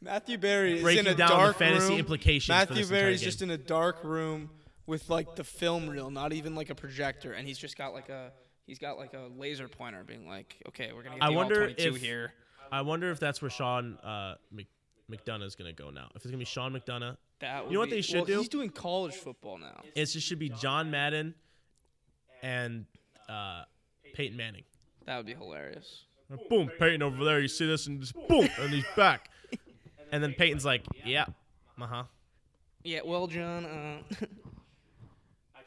Matthew Barry is
Breaking
in a
down the
dark
fantasy
room.
implications for
Matthew
this entire
Barry's
game.
just in a dark room with like the film reel, not even like a projector, and
and he's just got like a he's got like a laser pointer being like, okay, we're gonna get
I
the
wonder
all 22
if-
here.
I wonder if that's where Sean uh, Mc, McDonough is going to go now. If it's going to be Sean McDonough,
That would
know what
be-
they should
well,
do?
He's doing college football now.
it just should be John Madden and uh, Peyton Manning.
That would be hilarious.
Boom, Peyton over there. You see this, and just boom, and he's back. And then Peyton's like, "Yeah, uh huh."
Yeah, well, John, uh,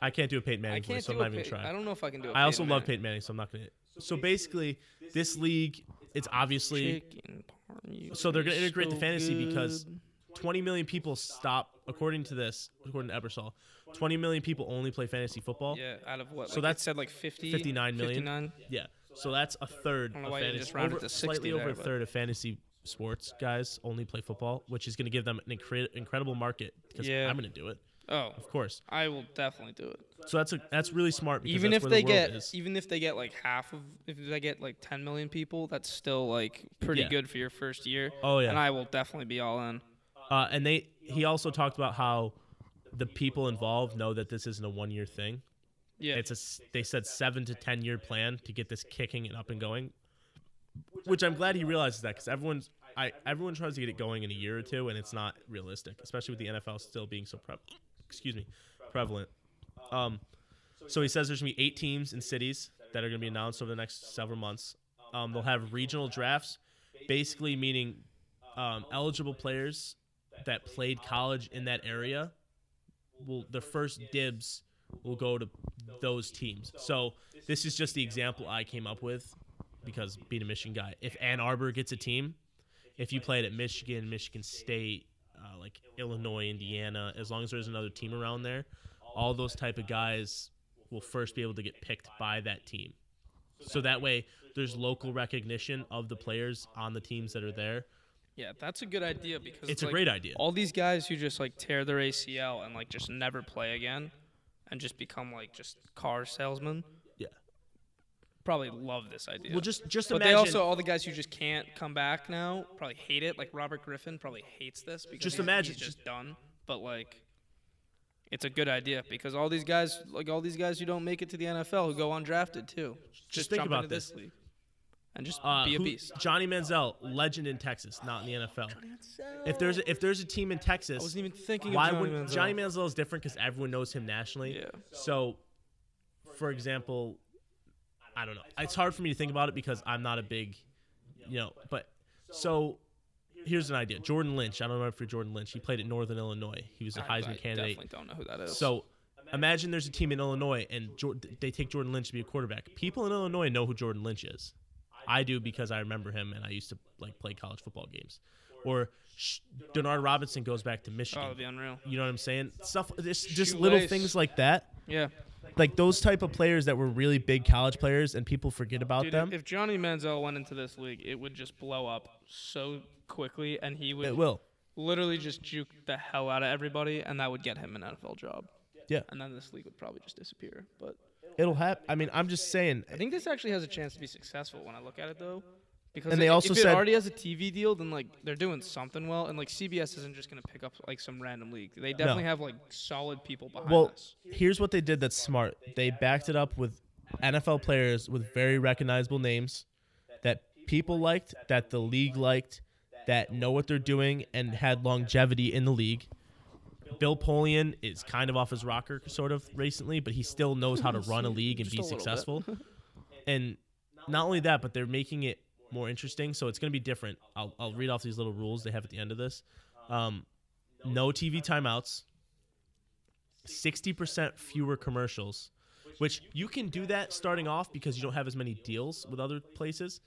I can't do a Peyton
I
Manning voice,
can't
so
do
I'm
a
not even
pa-
trying.
I don't know if I can do. I
I also love Peyton Manning, so I'm not gonna. So basically, this league, it's obviously
Chicken parm,
so they're gonna
you're
integrate the
so
fantasy because
good.
20 million people stop, according to this, according to Ebersol, 20 million people only play fantasy football.
yeah, out of what?
So
So like that
that's
said like 50,
59 million.
59?
Yeah. So that's a third
don't
of
know why you
fantasy.
just rounded
over-
to 60
slightly
there,
over a
but-
third of fantasy sports guys only play football, which is going to give them an incre- incredible market. Because
Yeah.
I'm going to do it,
Oh,
of course.
I will definitely do it.
So that's a, that's really smart. Because
Even
that's
if
where
they
the world
get,
is.
even if they get like half of, if they get like 10 million people, that's still like pretty
Yeah.
good for your first year.
Oh, yeah.
And I will definitely be all in.
Uh, and they he also talked about how the people involved know that this isn't a one year thing.
Yeah.
It's a s- they said seven to ten year plan to get this kicking and up and going, which I'm glad he realizes that because everyone's I everyone tries to get it going in a year or two, and it's not realistic, especially with the NFL still being so pre- excuse me prevalent. Um, so he says there's gonna be eight teams and cities that are gonna be announced over the next several months. Um, they'll have regional drafts, basically meaning um, eligible players that played college in that area will their first dibs will go to those teams. So this is just the example I came up with because being a Michigan guy, if Ann Arbor gets a team, if you played at Michigan, Michigan State, uh, like Illinois, Indiana, as long as there's another team around there, all those type of guys will first be able to get picked by that team. So that way, there's local recognition of the players on the teams that are there.
Yeah, that's a good idea because
It's a
like,
great idea.
All these guys who just like tear their ACL and like just never play again, and just become like just car salesmen.
Yeah.
Probably love this idea.
Well, just just
but
imagine.
they also all the guys who just can't come back now probably hate it. Like Robert Griffin probably hates this because
Just
he's-
imagine-
he's just done. But like, it's a good idea because all these guys, like all these guys who don't make it to the NFL, who go undrafted too, just,
think
jump
about
into this.
this.
league and just
uh,
be a
who-
beast.
Johnny Manziel, legend in Texas, not in the NFL. If there's if there's a team in Texas,
I wasn't even thinking
why
of Johnny
would
Manziel.
Johnny Manziel is different because everyone knows him nationally.
Yeah.
So, for example, I don't know. It's hard for me to think about it because I'm not a big, you know. But so here's an idea: Jordan Lynch. I don't know if you're Jordan Lynch. He played at Northern Illinois. He was a
I
Heisman candidate.
Definitely don't know who that is.
So imagine there's a team in Illinois and Jor- they take Jordan Lynch to be a quarterback. People in Illinois know who Jordan Lynch is. I do because I remember him and I used to like play college football games. Or Sh- Denard Robinson goes back to
oh,
Michigan.
that'd be unreal.
You know what I'm saying? Stuff, just, just little
Shoelace.
things like that,
Yeah,
like those type of players that were really big college players, and people forget about
dude.
them.
If Johnny Manziel went into this league, it would just blow up so quickly, and he would
it will.
literally just juke the hell out of everybody, and that would get him an NFL job.
Yeah.
And then this league would probably just disappear. But
It'll happen. I mean, I'm just saying.
I think this actually has a chance to be successful when I look at it, though. Because
And
i-
they also
if
said-
it already has a TV deal, then like they're doing something well, and like CBS isn't just gonna pick up like some random league. They definitely have like solid people behind
Well,
this.
here's what they did that's smart. They backed it up with NFL players with very recognizable names that people liked, that the league liked, that know what they're doing and had longevity in the league. Bill Polian is kind of off his rocker, sort of recently, but he still knows how to run a league and
Just
be
a little bit.
successful. and not only that, but they're making it more interesting. So it's going to be different. I'll, I'll read off these little rules they have at the end of this. Um, no TV timeouts, 60% fewer commercials, which you can do that starting off because you don't have as many deals with other places.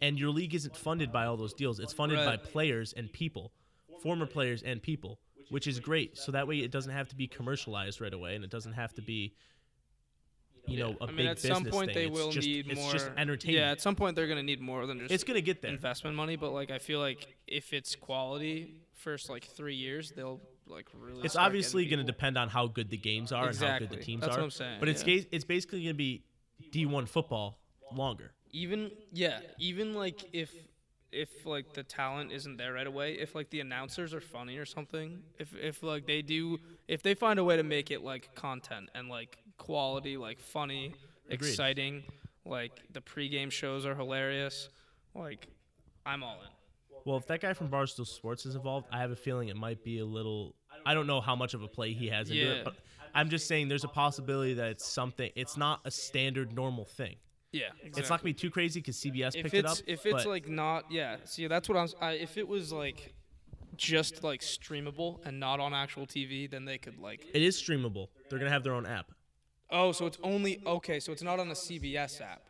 And your league isn't funded by all those deals, it's funded by
Right.
players and people, former players and people, which is great. So that way it doesn't have to be commercialized right away and it doesn't have to be. You know, a
I mean,
big
at
business
some point
thing.
they
It's
will
just-
need
it's
more.
just entertainment.
Yeah, at some point they're gonna need more than just
it's gonna get there.
investment money. But like I feel like if it's quality, first like three years they'll like really.
It's
start
obviously
getting
going to
people.
depend on how good the games are and how good the
Exactly.
teams
That's
are.
what I'm saying,
But it's
yeah.
ga- it's basically going to be D1 football longer.
even yeah even like if if like the talent isn't there right away if like the announcers are funny or something if if like they do if they find a way to make it like content and like quality like funny
Agreed.
exciting like the pregame shows are hilarious like i'm all in
Well, if that guy from Barstool Sports is involved, I have a feeling it might be a little. I don't know how much of a play he has into
Yeah.
it, but I'm just saying there's a possibility that it's something. It's not a standard normal thing.
yeah
It's not going to be too crazy because CBS
if
picked it
it's
up.
if it's
but
like not yeah see that's what i'm s- I, if it was like just like streamable and not on actual tv then they could like
it is streamable. They're going to have their own app.
Oh, so it's only okay. So it's not on a CBS app.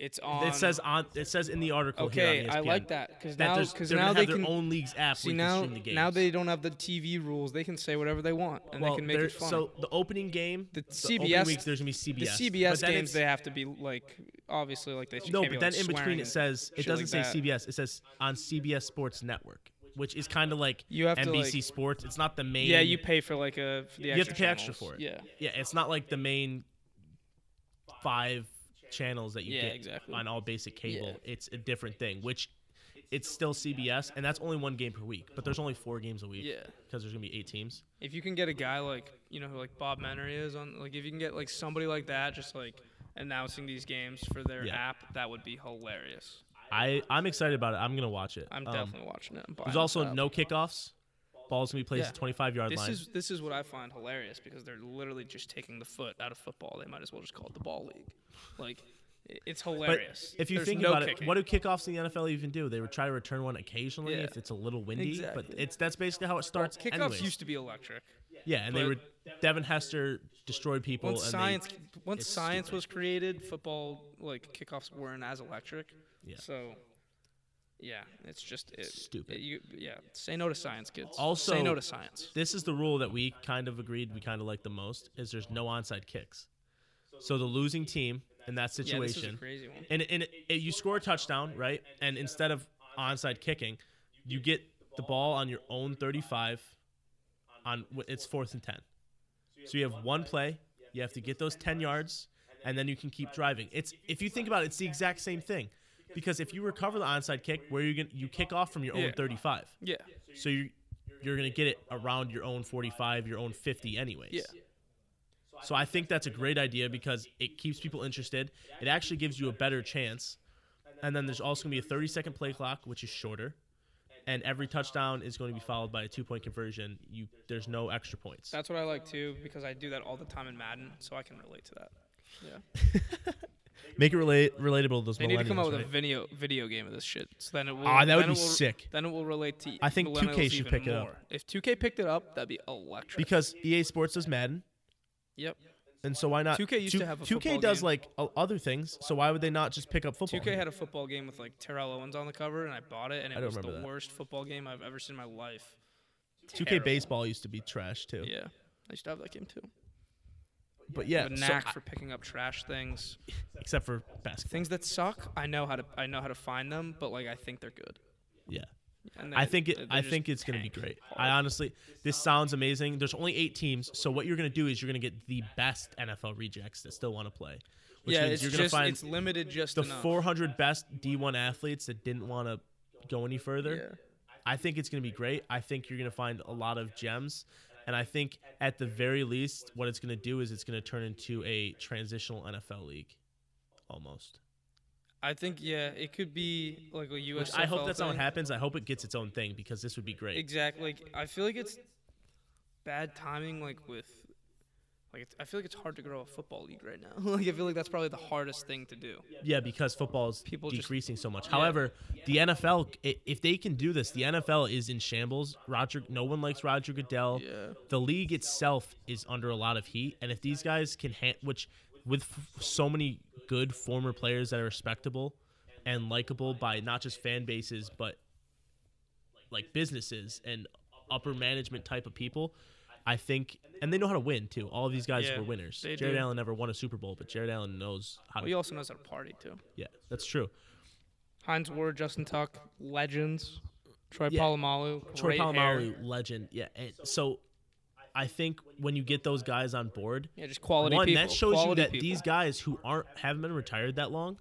It's on.
It says on. It says in the article.
Okay,
here on E
I
ESPN
like that because
That
now
there's-
because
they're gonna
now they
have
can
their own leagues app.
see
where you can
now
stream the games.
now they don't have the TV rules. They can say whatever they want and they can make
there-
it fun.
So the opening game,
The
the, opening
CBS
weeks, there's gonna be CBS.
the
But
CBS
then
games
it's-
they have to be like obviously like they
No,
can't be,
but then
like,
in
swearing
between it
and
says it
shit
doesn't
like
say
that.
CBS. It says on CBS Sports Network, which is kind of like
You have to,
NBC
like-
Sports. It's not the main.
Yeah, you pay for like a for the
you have to pay extra
channels.
for it.
Yeah,
yeah, it's not like the main five channels that you
Yeah,
get
exactly.
on all basic cable.
Yeah.
It's a different thing, which it's still CBS, and that's only one game per week. But there's only four games a week
Yeah.
because there's gonna be eight teams.
if you can get a guy like you know who like Bob Menery is on like if you can get like somebody like that just like announcing these games for their
Yeah.
app that would be hilarious.
I I'm excited about it. I'm gonna watch it.
I'm
Um,
definitely watching it. I'm buying
There's
this
also
up.
no kickoffs. Balls can be placed
Yeah.
at 25 yard
This
line.
is this is what I find hilarious because they're literally just taking the foot out of football. They might as well just call it the ball league. Like, i- it's
but
hilarious.
if you
There's
think
no
about
kicking.
it, what do kickoffs in the NFL even do? They would try to return one occasionally
Yeah.
if it's a little windy. But
Exactly.
it's that's basically how it
Well,
starts.
kickoffs
anyways.
used to be electric.
yeah, and they
but-
were Devin Hester destroyed people.
Once
and
science
they,
once
it's
science
stupid.
was created, football like kickoffs weren't as electric.
Yeah.
So yeah, it's just it,
Stupid.
it- you, yeah, say no to science, kids.
Also-
say no to science.
This is the rule that we kind of agreed we kind of like the most is there's no onside kicks. So the losing team in that
Yeah, this is a
situation,
crazy one.
and and it, it- you score a touchdown, right? And instead of onside kicking, you get the ball on your own 35. On it's fourth and ten, so you have one play. You have to get those 10 yards, and then you can keep driving. It's if you think about it, it's the exact same thing, because if you recover the onside kick, where you gonna you kick off from your own
Yeah.
35.
Yeah,
So you you're gonna get it around your own 45, your own 50, anyways.
Yeah.
So I think that's a great idea because it keeps people interested. It actually gives you a better chance. And then there's also gonna be a 30 second play clock, which is shorter. And every touchdown is going to be followed by a two point conversion. You there's no extra points.
that's what I like too because I do that all the time in Madden, so I can relate to that. Yeah.
Make it relate relatable to those
They need to come
millennials,
out with
right?
a video video game of this shit. So then it will.
Ah, that would
then
be
it will-
sick.
Then it will relate to.
I think 2K
millennials
should
even
pick it up.
more. If 2K picked it up, that'd be electric.
because EA Sports does Madden,
yep.
and so why not?
2K used to have a
2K
football
does
game.
like o- other things, so why would they not just pick up football?
2K had a football game with like Terrell Owens on the cover, and I bought it, and
I
it
don't
was the
remember that.
worst football game I've ever seen in my life.
2K
Terrible.
baseball used to be trash too.
Yeah, I used to have that game too.
But
I
yeah,
have a
so
knack
I-
for picking up trash things,
except for basketball.
things that suck. I know how to I know how to find them, but like I think they're good.
Yeah,
And
I
they-
think
they-
it.
they
I
just
think it's gonna be
tank
great.
hard.
I honestly, this sounds amazing. There's only eight teams, so what you're gonna do is you're gonna get the best NFL rejects that still want to play, which
yeah,
means
it's
you're
just
gonna
it's
find
limited just
the
enough.
400 best D1 athletes that didn't want to go any further.
Yeah.
I think it's going to be great. I think you're going to find a lot of gems. And I think at the very least, what it's going to do is it's going to turn into a transitional NFL league almost.
I think yeah, it could be like a US.
Which I hope that's not what
thing.
happens. I hope it gets its own thing because this would be great.
Exactly. Like I feel like it's bad timing. Like with like it's, I feel like it's hard to grow a football league right now. like I feel like that's probably the hardest thing to do.
Yeah, because football is
People just-
decreasing so much. However, the NFL, i- if they can do this, the NFL is in shambles. Roger, no one likes Roger Goodell.
Yeah.
The league itself is under a lot of heat, and if these guys can, ha- which with f- so many good former players that are respectable and likable by not just fan bases but like businesses and upper management type of people. I think, and they know how to win too. All of these guys
Yeah,
were winners.
they
Jared
do.
Allen never won a Super Bowl, but Jared Allen knows how to.
Well, he also knows how to party too.
yeah, that's true.
Heinz Ward, Justin Tuck, legends. Troy
Yeah.
Polamalu,
Troy
great hair.
Polamalu, legend. Yeah, and so I think when you get those guys on board,
Yeah, just quality
one
people.
that shows you
quality
that
people.
these guys who aren't haven't been retired that long,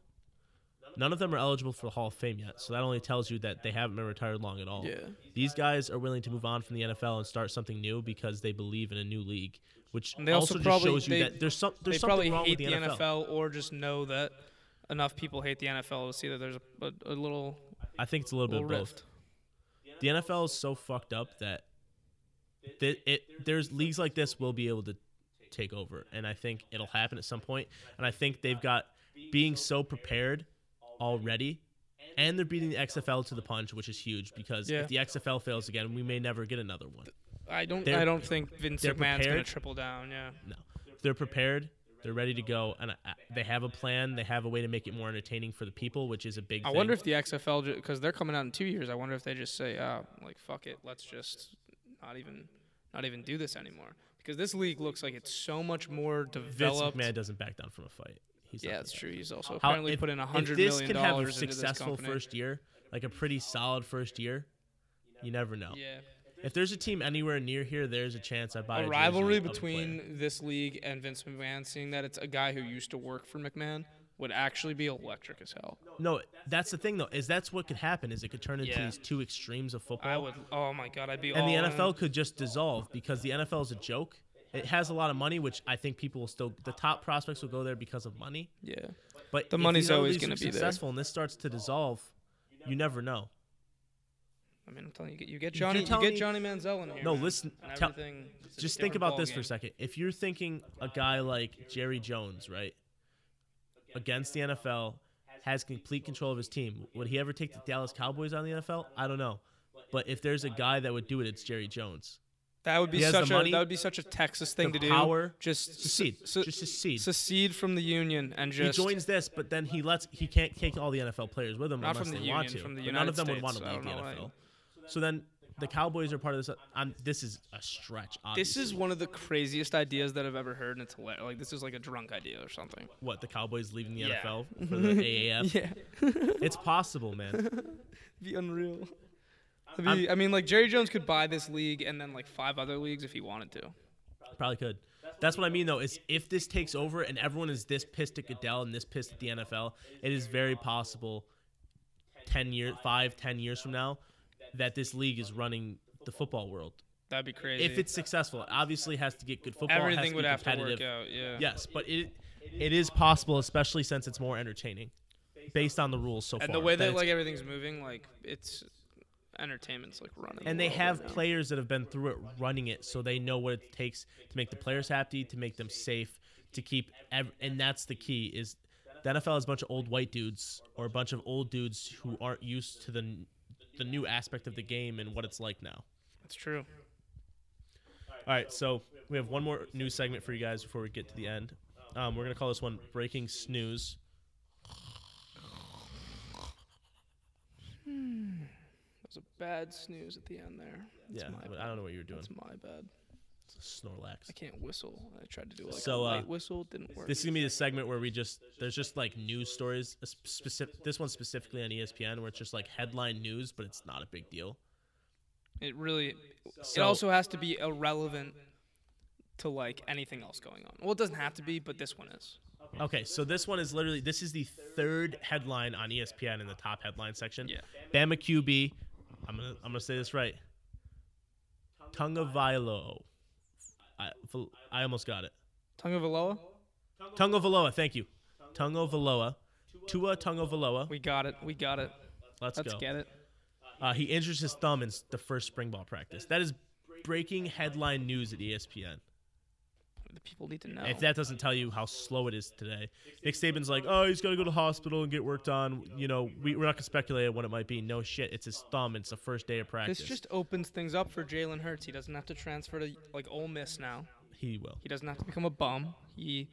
none of them are eligible for the Hall of Fame yet. So that only tells you that they haven't been retired long at all.
Yeah.
These guys are willing to move on from the NFL and start something new because they believe in a new league, which
And they
also,
also
just
probably-
shows you
they-
that there's some there's
they
something
probably
wrong
hate
with
the NFL. or just know that enough people hate the NFL to see that there's a, a, a little,
I think it's a little bit
little
of both.
rift.
the NFL is so fucked up that th- it there's leagues like this will be able to take over, and I think it'll happen at some point. And I think they've got being so prepared already, and they're beating the XFL to the punch, which is huge because
Yeah.
if the XFL fails again, we may never get another one.
I don't.
They're-
I don't think Vince
they're
McMahon's gonna
prepared.
triple down. Yeah.
No, they're prepared. They're ready to go, and I, I- they have a plan. They have a way to make it more entertaining for the people, which is a big.
I
thing.
wonder if the XFL because they're coming out in two years. I wonder if they just say, oh, like fuck it, let's just not even, not even do this anymore because this league looks like it's so much more
Vince
developed.
McMahon doesn't back down from a fight. He's not
yeah,
gonna
that's
back
true. He's also
How-
apparently
if-
put in a hundred
if this
million
can have a
dollars into this
successful
company.
first year, like a pretty solid first year, you never know.
yeah,
If there's a team anywhere near here, there's a chance I buy
a
jersey
rivalry
of the player.
between this league and Vince McMahon, seeing that it's a guy who used to work for McMahon, would actually be electric as hell.
No, that's the thing though. Is that's what could happen? Is it could turn into
Yeah.
these two extremes of
I
football,
would. Oh my god, I'd be.
and the
all in.
NFL could just dissolve because the NFL is a joke. It has a lot of money, which I think people will still. The top prospects will go there because of money.
Yeah.
But
The
if
money's
these other
always
leagues are
gonna be there.
successful, and this starts to dissolve. You never know.
I mean, I'm telling you, you get
You
Johnny,
keep
you
telling
get
me-
Johnny Manziel in here.
No,
man,
listen,
and
tell-
everything, it's a
Just think
different
about this for a
ballgame.
second. If you're thinking a guy like Jerry Jones, right, against the NFL, has complete control of his team, would he ever take the Dallas Cowboys on the NFL? I don't know. But if there's a guy that would do it, it's Jerry Jones.
That would be
He has the
such a
money,
that would be such a Texas thing
the
to do.
power,
just
Secede.
se-
Just secede.
secede from the union and just
he joins this, but then he lets he can't take all the NFL players with him
Not
unless
from
they
the
want
union,
to.
from the
but none of
United
them would want to
States, I
leave the
don't know,
NFL.
like-
So then the Cowboys are part of this. I'm, this is a stretch.
This
Obviously.
is one of the craziest ideas that I've ever heard, and it's hila- like this is like a drunk idea or something.
what the Cowboys leaving the
Yeah.
NFL for the AAF.
Yeah,
It's possible, man.
be unreal. That'd be- I mean, like Jerry Jones could buy this league and then like five other leagues if he wanted to.
Probably could. That's what I mean though. Is if this takes over and everyone is this pissed at Goodell and this pissed at the NFL, it is very possible, ten years, five, ten years from now, that this league is running the football world.
That'd be crazy.
If it's successful, it obviously has to get good football. it has
everything
to
would
be
have to
competitive.
work out. Yeah.
Yes, but it it is possible, especially since it's more entertaining, based on the rules so far.
And the way
that
that
it's-
like everything's moving, like it's entertainment's like running.
and
the
they
world
have
right now.
players that have been through it, running it, so they know what it takes to make the players happy, to make them safe, to keep. Ev- and that's the key is the NFL is a bunch of old white dudes or a bunch of old dudes who aren't used to the n- the new aspect of the game and what it's like now.
It's true.
All right, so we have one more news segment for you guys before we get to the end. Um, we're gonna call this one "Breaking Snooze."
There's a bad snooze at the end there. That's
Yeah,
my
but
bad.
I don't know what you're doing.
That's my bad.
Snorlax.
I can't whistle. I tried to do like
So,
a
uh,
light whistle, it didn't work.
This is gonna be the segment where we just there's just like news stories. a sp- Specific, this one specifically on E ESPN, where it's just like headline news, but it's not a big deal.
It really.
So-
it also has to be irrelevant to like anything else going on. Well, it doesn't have to be, but this one is.
Okay, so this one is literally this is the third headline on E ESPN in the top headline section.
Yeah.
Bama QB, I'm gonna I'm gonna say this right. Tungavailoa. I, I almost got it.
Tongue of Aloha?
Tungavailoa, thank you. Tungavailoa, Tua Tungavailoa.
We got it. We got it.
Let's,
Let's
go.
get it.
Uh, he injures his thumb in s- the first spring ball practice. That is breaking headline news at E ESPN.
The people need to know.
If that doesn't tell you how slow it is today, Nick Saban's like, oh, he's got to go to hospital and get worked on. You know, we, we're not going to speculate on what it might be. No shit. It's his thumb. It's the first day of practice.
this just opens things up for Jalen Hurts. He doesn't have to transfer to like Ole Miss now.
he will.
He doesn't have to become a bum. He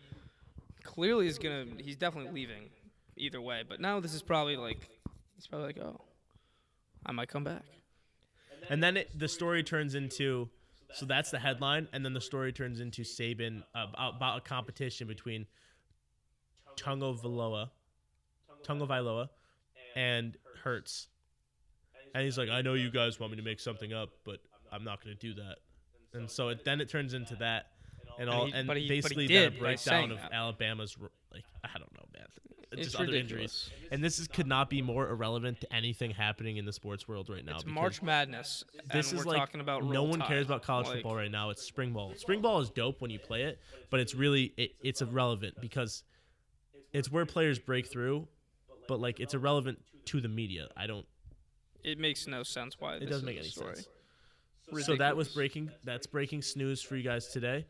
clearly is gonna. He's definitely leaving, either way. But now this is probably like. He's probably like, oh, I might come back.
And then it, the story turns into so that's the headline. And then the story turns into Saban uh, about, about a competition between Tungo Valoa, Tungo Vailoa, and Hertz. And he's like, I know you guys want me to make something up, but I'm not going to do that. And so it, then it turns into that. And all,
he-
and
but he- but he
basically
did
then a
by saying
breakdown of
that.
Alabama's r- like I don't know, man,
It's
just other
ridiculous.
injuries. And this is, could not be more irrelevant to anything happening in the sports world right now.
It's
because-
March Madness.
this
and
is
we're
like
talking about
no
Roll
one
Tide.
cares about college
Like,
football right now. It's spring ball. Spring ball is dope when you play it, but it's really it, it's irrelevant because it's where players break through, but like it's irrelevant to the media. I don't.
It makes no sense why
It
this
doesn't
is
make
a
any
story.
sense. So that was
Ridiculous.
breaking. That's breaking snooze for you guys today.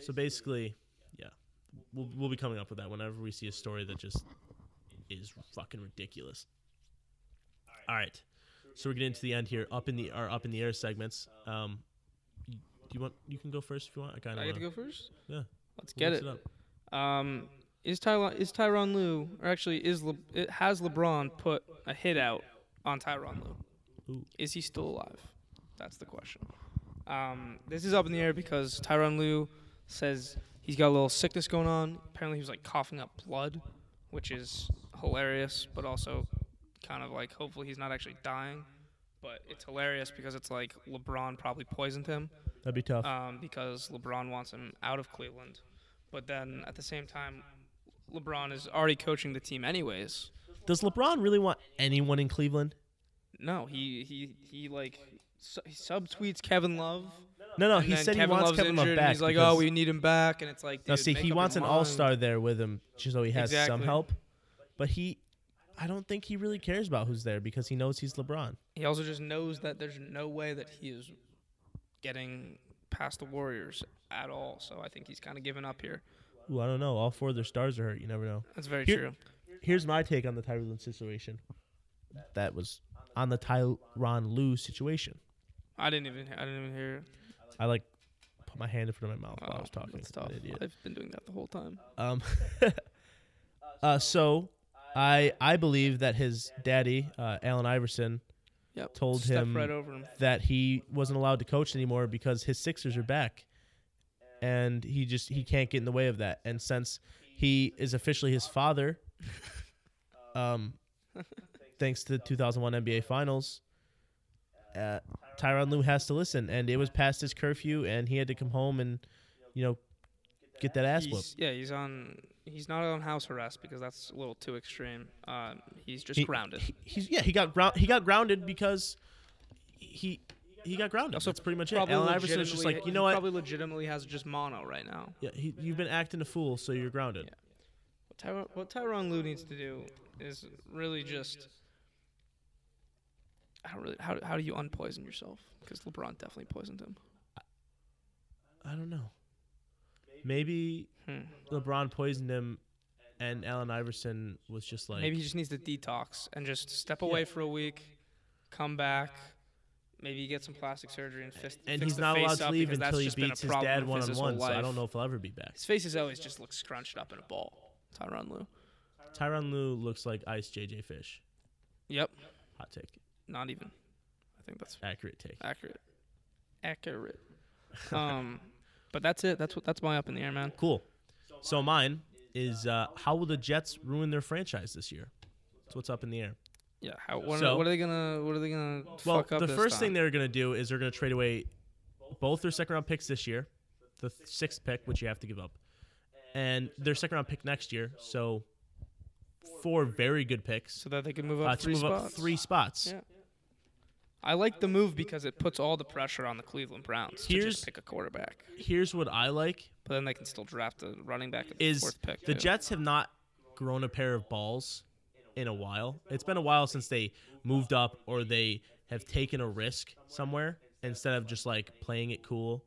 So basically, yeah, we'll we'll be coming up with that whenever we see a story that just is fucking ridiculous. All right, so we're getting to the end here. Up in the our up in the air segments. Um, do you want you can go first if you want? I kind
I
of
get to go first.
Yeah.
Let's get it. Um, is Tyron is Tyron Lue or actually is Le, it, has LeBron put a hit out on Tyron Lue?
Ooh.
Is he still alive? That's the question. Um, this is up in the air because Tyron Lue says he's got a little sickness going on. Apparently, he was like coughing up blood, which is hilarious, but also kind of like hopefully he's not actually dying. But it's hilarious because it's like LeBron probably poisoned him
That'd be tough.
um, because LeBron wants him out of Cleveland. But then at the same time, LeBron is already coaching the team anyways.
Does LeBron really want anyone in Cleveland?
No, he he he like su- he subtweets Kevin Love.
No, no,
And
he
then
said he
Kevin
wants
Love's
Kevin Love
injured,
back.
And he's like,
because-
oh, we need him back, and it's like,
now
dude,
see, he
make up
wants an
your
all
mind.
star there with him, just so he has some
Exactly.
help. But he, I don't think he really cares about who's there because he knows he's LeBron.
He also just knows that there's no way that he is getting past the Warriors at all. So I think he's kind of given up here.
Ooh, I don't know. All four of their stars are hurt. You never know.
That's very
Here-
true.
Here's my take on the Tyron situation. That was on the Tyron Lue situation.
I didn't even I didn't even hear. it.
I like put my hand in front of my mouth while I was
Oh,
talking.
That's
I'm
tough.
an idiot.
I've been doing that the whole time.
Um, uh, so I I believe that his daddy, uh, Allen Iverson,
Yep.
told
Step
him
right over him.
that he wasn't allowed to coach anymore because his Sixers are back, and he just he can't get in the way of that. And since he is officially his father, um, thanks to the 2001 NBA Finals, uh, Tyron Lue has to listen. And it was past his curfew, and he had to come home and, you know, get that ass whooped.
He's, yeah, he's on. He's not on house arrest because that's a little too extreme. Um, he's just
He-
grounded.
he- he's yeah he got ground he got grounded because he he got grounded.
Also,
That's pretty much it.
Probably
Allen Iverson was just
legitimately-
like you know
he
what
Probably legitimately has just mono right now.
yeah, he, you've been acting a fool so you're grounded.
Yeah. What, Tyron, what Tyron Lue needs to do is really just. I don't really. How, how do you unpoison yourself? Because LeBron definitely poisoned him.
I don't know. Maybe
Hmm.
LeBron poisoned him, and Allen Iverson was just like
Maybe he just needs to detox and just step away for a week, come back. Maybe get some plastic surgery and fist.
and
fix
he's
the
not
face
allowed
up
to leave
because that's
until he
just been a
beats his
problem
dad
of
one on
his
one.
whole
So I
life.
don't know if he'll ever be back.
His face is always just looks scrunched up in a ball. Tyron Lue.
Tyron Lue looks like Ice JJ Fish.
Yep.
Hot take,
Not even. I think that's
accurate take.
accurate. Accurate. Um, but that's it. That's what. That's my up in the air, man.
Cool. So mine is uh, how will the Jets ruin their franchise this year? That's what's up in the air.
Yeah. How, what,
So-
are, what are they gonna? What are they gonna
Well,
fuck up?
the
this
first
time?
thing they're going to do is they're going to trade away both their second round picks this year, the th- sixth pick, which you have to give up, and their second round pick next year. So, four very good picks
so that they can move up
uh, to
three
move
spots.
up three spots.
Yeah. I like the move because it puts all the pressure on the Cleveland Browns to
Here's-
just pick a quarterback,
Here's what I like
but then they can still draft a running back at the
is
fourth pick.
the
too.
Jets have not grown a pair of balls in a while. It's been a while since they moved up or they have taken a risk somewhere instead of just like playing it cool.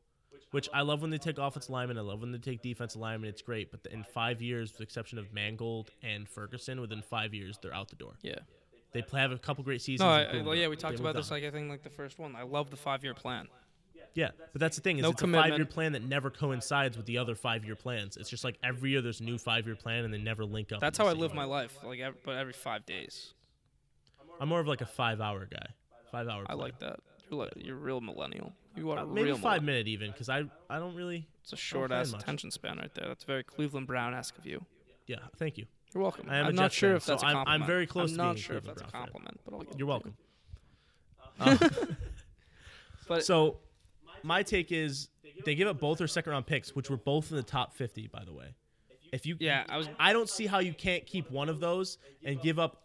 Which I love when they take offensive linemen. I love when they take defensive linemen. It's great. But in five years, with the exception of Mangold and Ferguson, within five years they're out the door.
Yeah.
They play, have a couple great seasons.
No,
and
I,
boom,
well, yeah, we
they
talked
moved
about this.
on.
Like I think, like the first one. I love the five-year plan.
yeah, but that's the thing is
No
it's a
commitment.
five-year plan that never coincides with the other five-year plans. It's just like every year there's a new five-year plan and they never link up.
That's
in
how
the
I
same
live
way.
my life. Like, ev but every five days.
I'm more of like a five hour guy. Five hour.
I
play.
like that. You're like, you're a real millennial. You are a
Uh, maybe
real
five
millennial.
minute even because I I don't really.
It's a short
plan
ass
much.
attention span right there. That's very Cleveland Brown esque of you.
Yeah, thank you.
You're welcome.
I am a
I'm not
Jets
sure
fan,
if that's
so
a
I'm- I'm
compliment.
very close
I'm
to
not
being a
sure if
Cleveland
that's a
Brown fan.
compliment, but I'll give it
You're
to you. Uh,
welcome. Um,
But
So, my take is they give up both their second round picks, which were both in the top fifty, by the way. If you
yeah, I was
I don't see how you can't keep one of those and give up.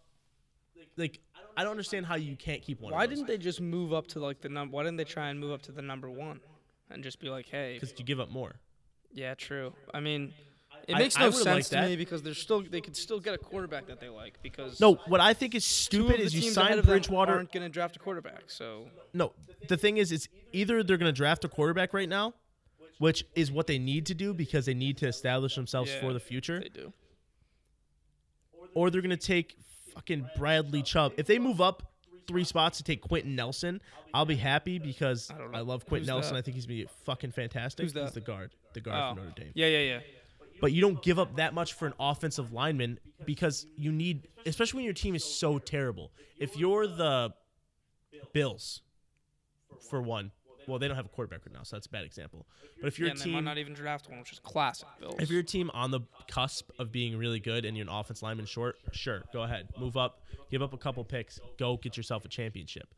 Like I don't understand how you can't keep one.
Why didn't they just move up to like the number? Why didn't they try and move up to the number one, and just be like, hey,
Because you give up more.
yeah, true. I mean, it
I-
makes
I
no
would've
sense
liked
to
that.
me because they're still they could still get a quarterback that they like because
No, what I think is
two of
stupid
the
is you
teams
sign
ahead of them
Bridgewater
aren't going to draft a quarterback. So
No, the thing is, it's either they're going to draft a quarterback right now, which is what they need to do because they need to establish themselves
Yeah,
for the future,
they do.
or they're going to take fucking Bradley Chubb. If they move up three spots to take Quentin Nelson, I'll be happy because
don't know.
I, love Quentin
Who's
Nelson.
that?
I think he's going to be fucking fantastic.
Who's that?
He's the guard, the guard
Oh.
from Notre Dame.
Yeah, yeah, yeah.
But you don't give up that much for an offensive lineman because you need, especially when your team is so terrible. If you're the Bills, for one, well, they don't have a quarterback right now, so that's a bad example. But if your
yeah, and they might
team,
not even draft one, which is classic Bills.
if your team on the cusp of being really good and you're an offense lineman short, sure, go ahead, move up, give up a couple picks, go get yourself a championship.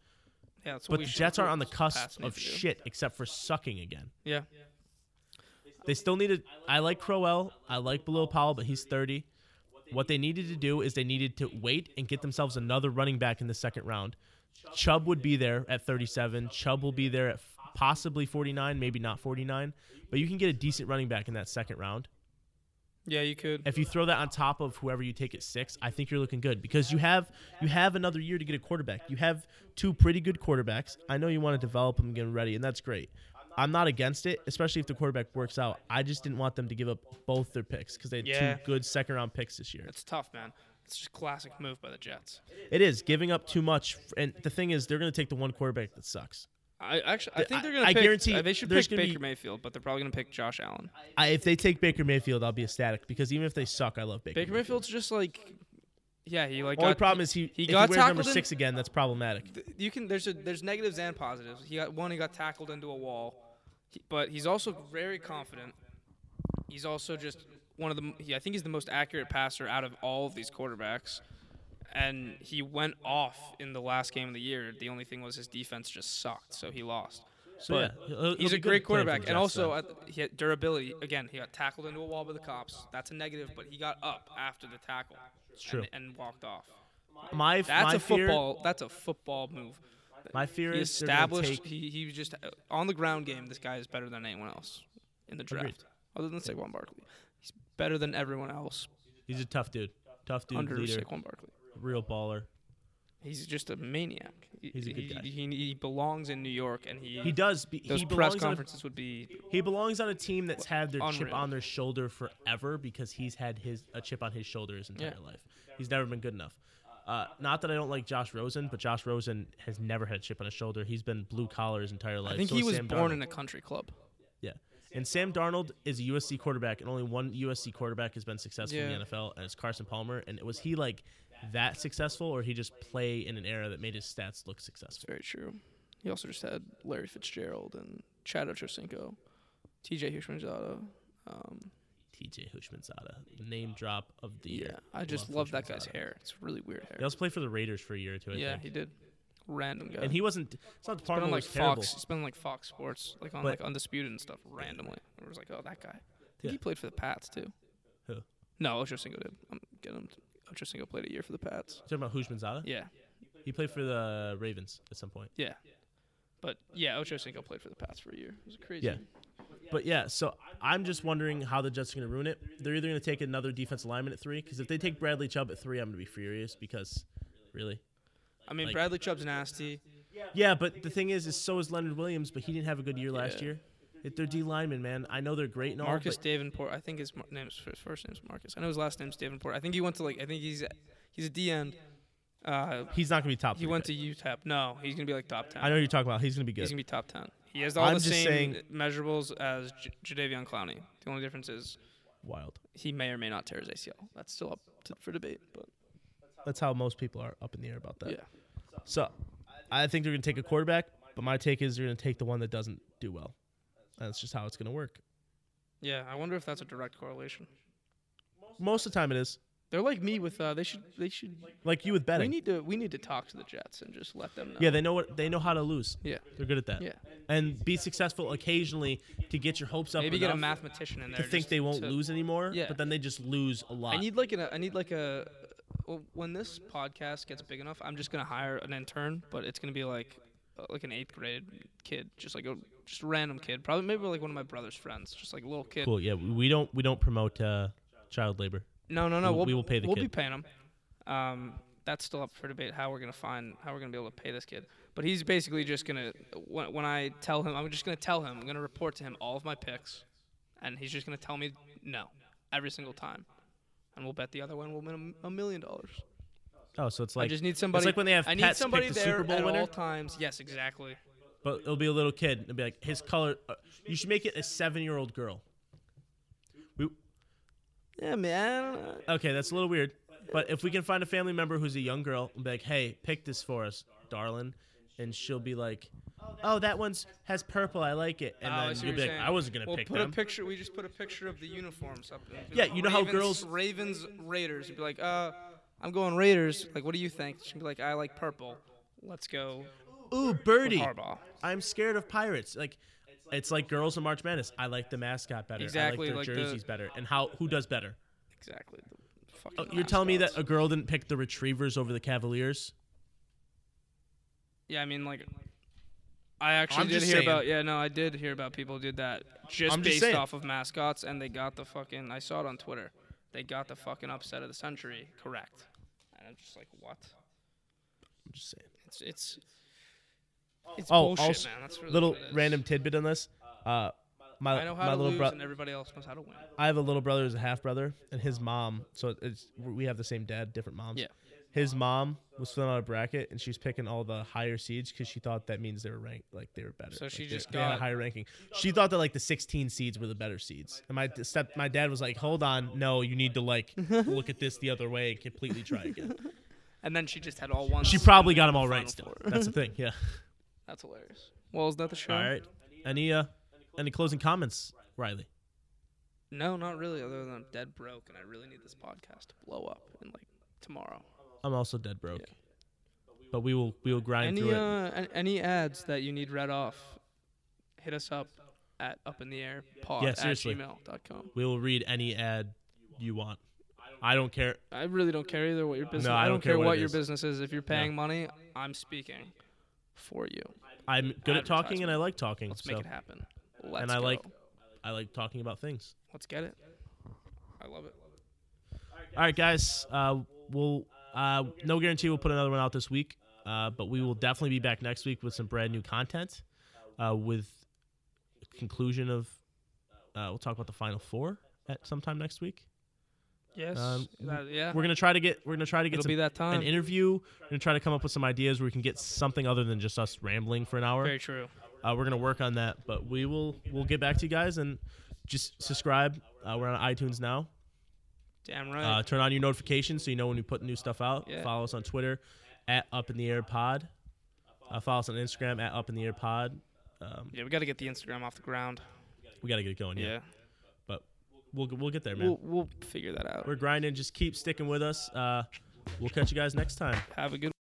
yeah, that's what
But
we
the
should-
Jets are on the
that's what Pats
cusp
need
of
to do.
shit, except for sucking again.
Yeah,
They still needed. I like Crowell. I like Below Powell, but he's 30. What they needed to do is they needed to wait and get themselves another running back in the second round. Chubb would be there at 37. Chubb will be there at possibly 49, maybe not 49, but you can get a decent running back in that second round.
Yeah, you could.
If you throw that on top of whoever you take at 6, I think you're looking good because you have you have another year to get a quarterback. You have two pretty good quarterbacks. I know you want to develop them, get them ready, and that's great. I'm not against it, especially if the quarterback works out. I just didn't want them to give up both their picks because they had
Yeah.
two good second round picks this year.
That's tough, man. It's just classic move by the Jets.
It is giving up too much, and the thing is, they're going to take the one quarterback that sucks.
I actually, I think they're gonna.
I- I
pick,
guarantee
uh, they should
there's
pick
gonna
Baker
be-
Mayfield, but they're probably gonna pick Josh Allen.
I, if they take Baker Mayfield, I'll be ecstatic because even if they suck, I love Baker.
Baker Mayfield's just like, yeah, he like.
Only
got-
problem is he,
he
if he
got
wears number
tackled in-
six again. That's problematic.
th- you can there's a, there's negatives and positives. He got one. He got tackled into a wall, He- but he's also very confident. He's also just one of the. m- He, I think he's the most accurate passer out of all of these quarterbacks, and he went off in the last game of the year. The only thing was his defense just sucked, so he lost.
So
but
yeah, he'll- he'll
he's
be
a
good playing
great
for
quarterback,
the
and
Jets,
also
though.
uh, he had durability. Again, he got tackled into a wall by the cops. That's a negative, but he got up after the tackle.
true.
And, and walked off.
my
That's
my
a
fear,
football. That's a football move.
My fear
He
is they're gonna
established.
take-
He, he was just on the ground game. This guy is better than anyone else in the draft,
Agreed.
other than Saquon Barkley. He's better than everyone else
he's a tough dude, tough dude,
under
leader,
Saquon Barkley.
real baller.
He's just a maniac. He-
He's a good
he,
guy.
He, he belongs in New York, and he,
He does. Be,
those
he
press
belongs on a,
conferences would be
he belongs on a team that's had their chip
Unreal.
on their shoulder forever because he's had his a chip on his shoulder his entire
Yeah.
life. He's never been good enough. Uh, not that I don't like Josh Rosen, but Josh Rosen has never had a chip on his shoulder. He's been blue collar his entire life.
I think
So
he
is
was
Sam
born
Darnold.
in a country club.
Yeah. And Sam Darnold is a USC quarterback, and only one USC quarterback has been successful
Yeah.
in the NFL, and it's Carson Palmer. And was he like that successful, or he just play in an era that made his stats look
It's
successful?
very true. He also just had Larry Fitzgerald and Chad Ochocinco, T.J. Hushmanzada. Um,
TJ Hushmanzada, name drop of the
yeah,
year.
I just
Love
love that guy's
Hushmanzada.
hair. It's really weird hair.
He also played for the Raiders for a year or two, I
yeah,
think.
he did. Random guy.
and he wasn't. It's not the
It's
part
been on
was
like
terrible.
Fox. It's been on, like Fox Sports, like on
But-
like Undisputed and stuff randomly. I was like, oh, that guy. I think
Yeah.
he played for the Pats too.
Who?
No, Ochocinco did. I'm getting him. Ochocinco played a year for the Pats.
You talking about Hushmanzada?
Yeah,
He played for the Ravens at some point.
yeah. But yeah, Ochocinco played for the Pats for a year. It was crazy.
Yeah. But yeah, so I'm just wondering how the Jets are going to ruin it. They're either going to take another defense lineman at three, because if they take Bradley Chubb at three, I'm going to be furious because, really.
I mean,
Like-
Bradley Chubb's nasty.
Yeah, but the thing is, is so is Leonard Williams, but he didn't have a good year last
Yeah.
year. If they're D linemen, man, I know they're great and all.
Marcus
but
Davenport. I think his mar- name's his first name's Marcus. I know his last name's Davenport. I think he went to like. I think he's he's a D end. Uh,
he's not going to be top.
he
three
went to
pick.
UTEP. No, he's gonna be like top ten.
I know who you're talking about. He's going to be good.
He's gonna be top ten. He has all
I'm
the
just
same
saying-
measurables as J- Jadavion Clowney. The only difference is
Wild.
he may or may not tear his ACL. That's still up to, for debate. But
That's how most people are up in the air about that.
yeah,
So, I think they're going to take a quarterback, but my take is they're going to take the one that doesn't do well. That's just how it's going to work.
yeah. I wonder if that's a direct correlation.
Most of the time, it is
They're like me with uh, they should they should
like you with
we
betting.
need to we need to talk to the Jets and just let them know.
yeah, they know what they know how to lose.
yeah,
They're good at that.
yeah.
And be successful occasionally to get your hopes up.
Maybe get a
enough
mathematician in there
to think
just
they won't
to-
lose anymore.
Yeah.
But then they just lose a lot.
I need like an uh, I need like a well, when this podcast gets big enough, I'm just gonna hire an intern, but it's gonna be like uh, like an eighth grade kid, just like a just a random kid, probably maybe like one of my brother's friends, just like a little kid.
Cool. Yeah, we we don't we don't promote uh, child labor.
No, no, no.
We-
We'll,
we will pay the
We'll
kid.
be paying him. Um, that's still up for debate how we're gonna find how we're gonna be able to pay this kid. But he's basically just gonna when, when I tell him, I'm just gonna tell him, I'm gonna report to him all of my picks, and he's just gonna tell me no every single time, and we'll bet the other one will win a, a million dollars.
Oh, so it's like
I just need somebody.
It's like when they have
I need
pets
somebody
pick the
there
Super Bowl
at
winner,
all times. Yes, exactly.
but it'll be a little kid. and It'll be like his color. Uh, you should make it a seven-year-old girl. We
Yeah, man.
okay, that's a little weird. But if we can find a family member who's a young girl and be like, "Hey, pick this for us, darling," and she'll be like, "Oh, that one's has purple. I like it." And
Oh, I
then
see
you'll
what
be
you're
like,
saying.
"I wasn't gonna
Well,
pick
put
them."
a picture. We just put a picture of the uniforms up. there.
Yeah, you know how
Ravens-
girls-
Ravens Raiders. You'd be like, uh, I'm going Raiders. Like, what do you think? She'd be like, I like purple. Let's go
Ooh, birdie.
Harbaugh.
I'm scared of pirates. Like, it's like girls in March Madness. I like the mascot better.
Exactly,
I like
like
their
the-
jerseys better. And how who does better?
Exactly. The fucking
Oh, you're telling me that a
mascots.
girl didn't pick the Retrievers over the Cavaliers?
Yeah, I mean like. I actually
I'm
did
just
hear
saying.
about. Yeah, no, I did hear about people who did that just
I'm just
based
saying.
off of mascots, and they got the fucking. I saw it on Twitter. They got the fucking upset of the century correct, and I'm just like, what?
I'm just saying.
It's it's. It's
Oh,
bullshit,
also-
man. That's really
Little
what it is.
random tidbit on this. Uh, my
I know how
my
to
little
lose,
brother.
and everybody else knows how to win.
I have a little brother who's a half brother, and his mom. So it's we have the same dad, different moms.
Yeah.
His mom was filling out a bracket, and she was picking all the higher seeds because she thought that means they were ranked, like they were better.
So
like,
she
they-
just
they had a
got-
higher ranking. She thought that like the 16 seeds were the better seeds, and my step, my dad was like, "Hold on, no, you need to like look at this the other way and completely try again."
And then she just had all ones.
She
and
probably
then
got them
the
all
final
right still.
four.
That's the thing. Yeah.
That's hilarious. Well, is that the show?
All right. Any uh, any closing comments, Riley?
No, not really. Other than I'm dead broke, and I really need this podcast to blow up in like tomorrow.
I'm also dead broke, but we will we will grind
any
through it.
uh, an- any ads that you need read off, hit us up at up in the air pod
Yeah,
at
seriously.
gmail.com.
We will read any ad you want. I don't care.
I really don't care either what your business.
No,
I, don't care, what,
it
your
is.
business is. If you're paying money, I'm speaking for you.
I'm good at talking and
Advertisement.
I like talking.
Let's
so
make it happen. Let's
and I like
go.
I like talking about things.
Let's get it. I love it.
All right, guys. Uh, we'll uh, no guarantee we'll put another one out this week, uh, but we will definitely be back next week with some brand new content. Uh, with conclusion of, uh, we'll talk about the final four at sometime next week.
Yes.
Um,
that- yeah.
We're gonna try to get we're gonna try to get
It'll
some,
be that time.
an interview. We're gonna try to come up with some ideas where we can get something other than just us rambling for an hour.
Very true.
Uh, we're gonna work on that, but we will we'll get back to you guys and just subscribe. Uh, we're on iTunes now.
Damn right.
Uh, turn on your notifications so you know when we put new stuff out.
Yeah.
Follow us on Twitter at Up in the Air Pod. Uh, follow us on Instagram at Up in the Air Pod. Um,
yeah, we got to get the Instagram off the ground.
we gotta get it going, yeah.
Yeah.
But we'll we'll get there, man.
We'll, we'll figure that out.
we're grinding. Just keep sticking with us. Uh, we'll catch you guys next time.
Have a good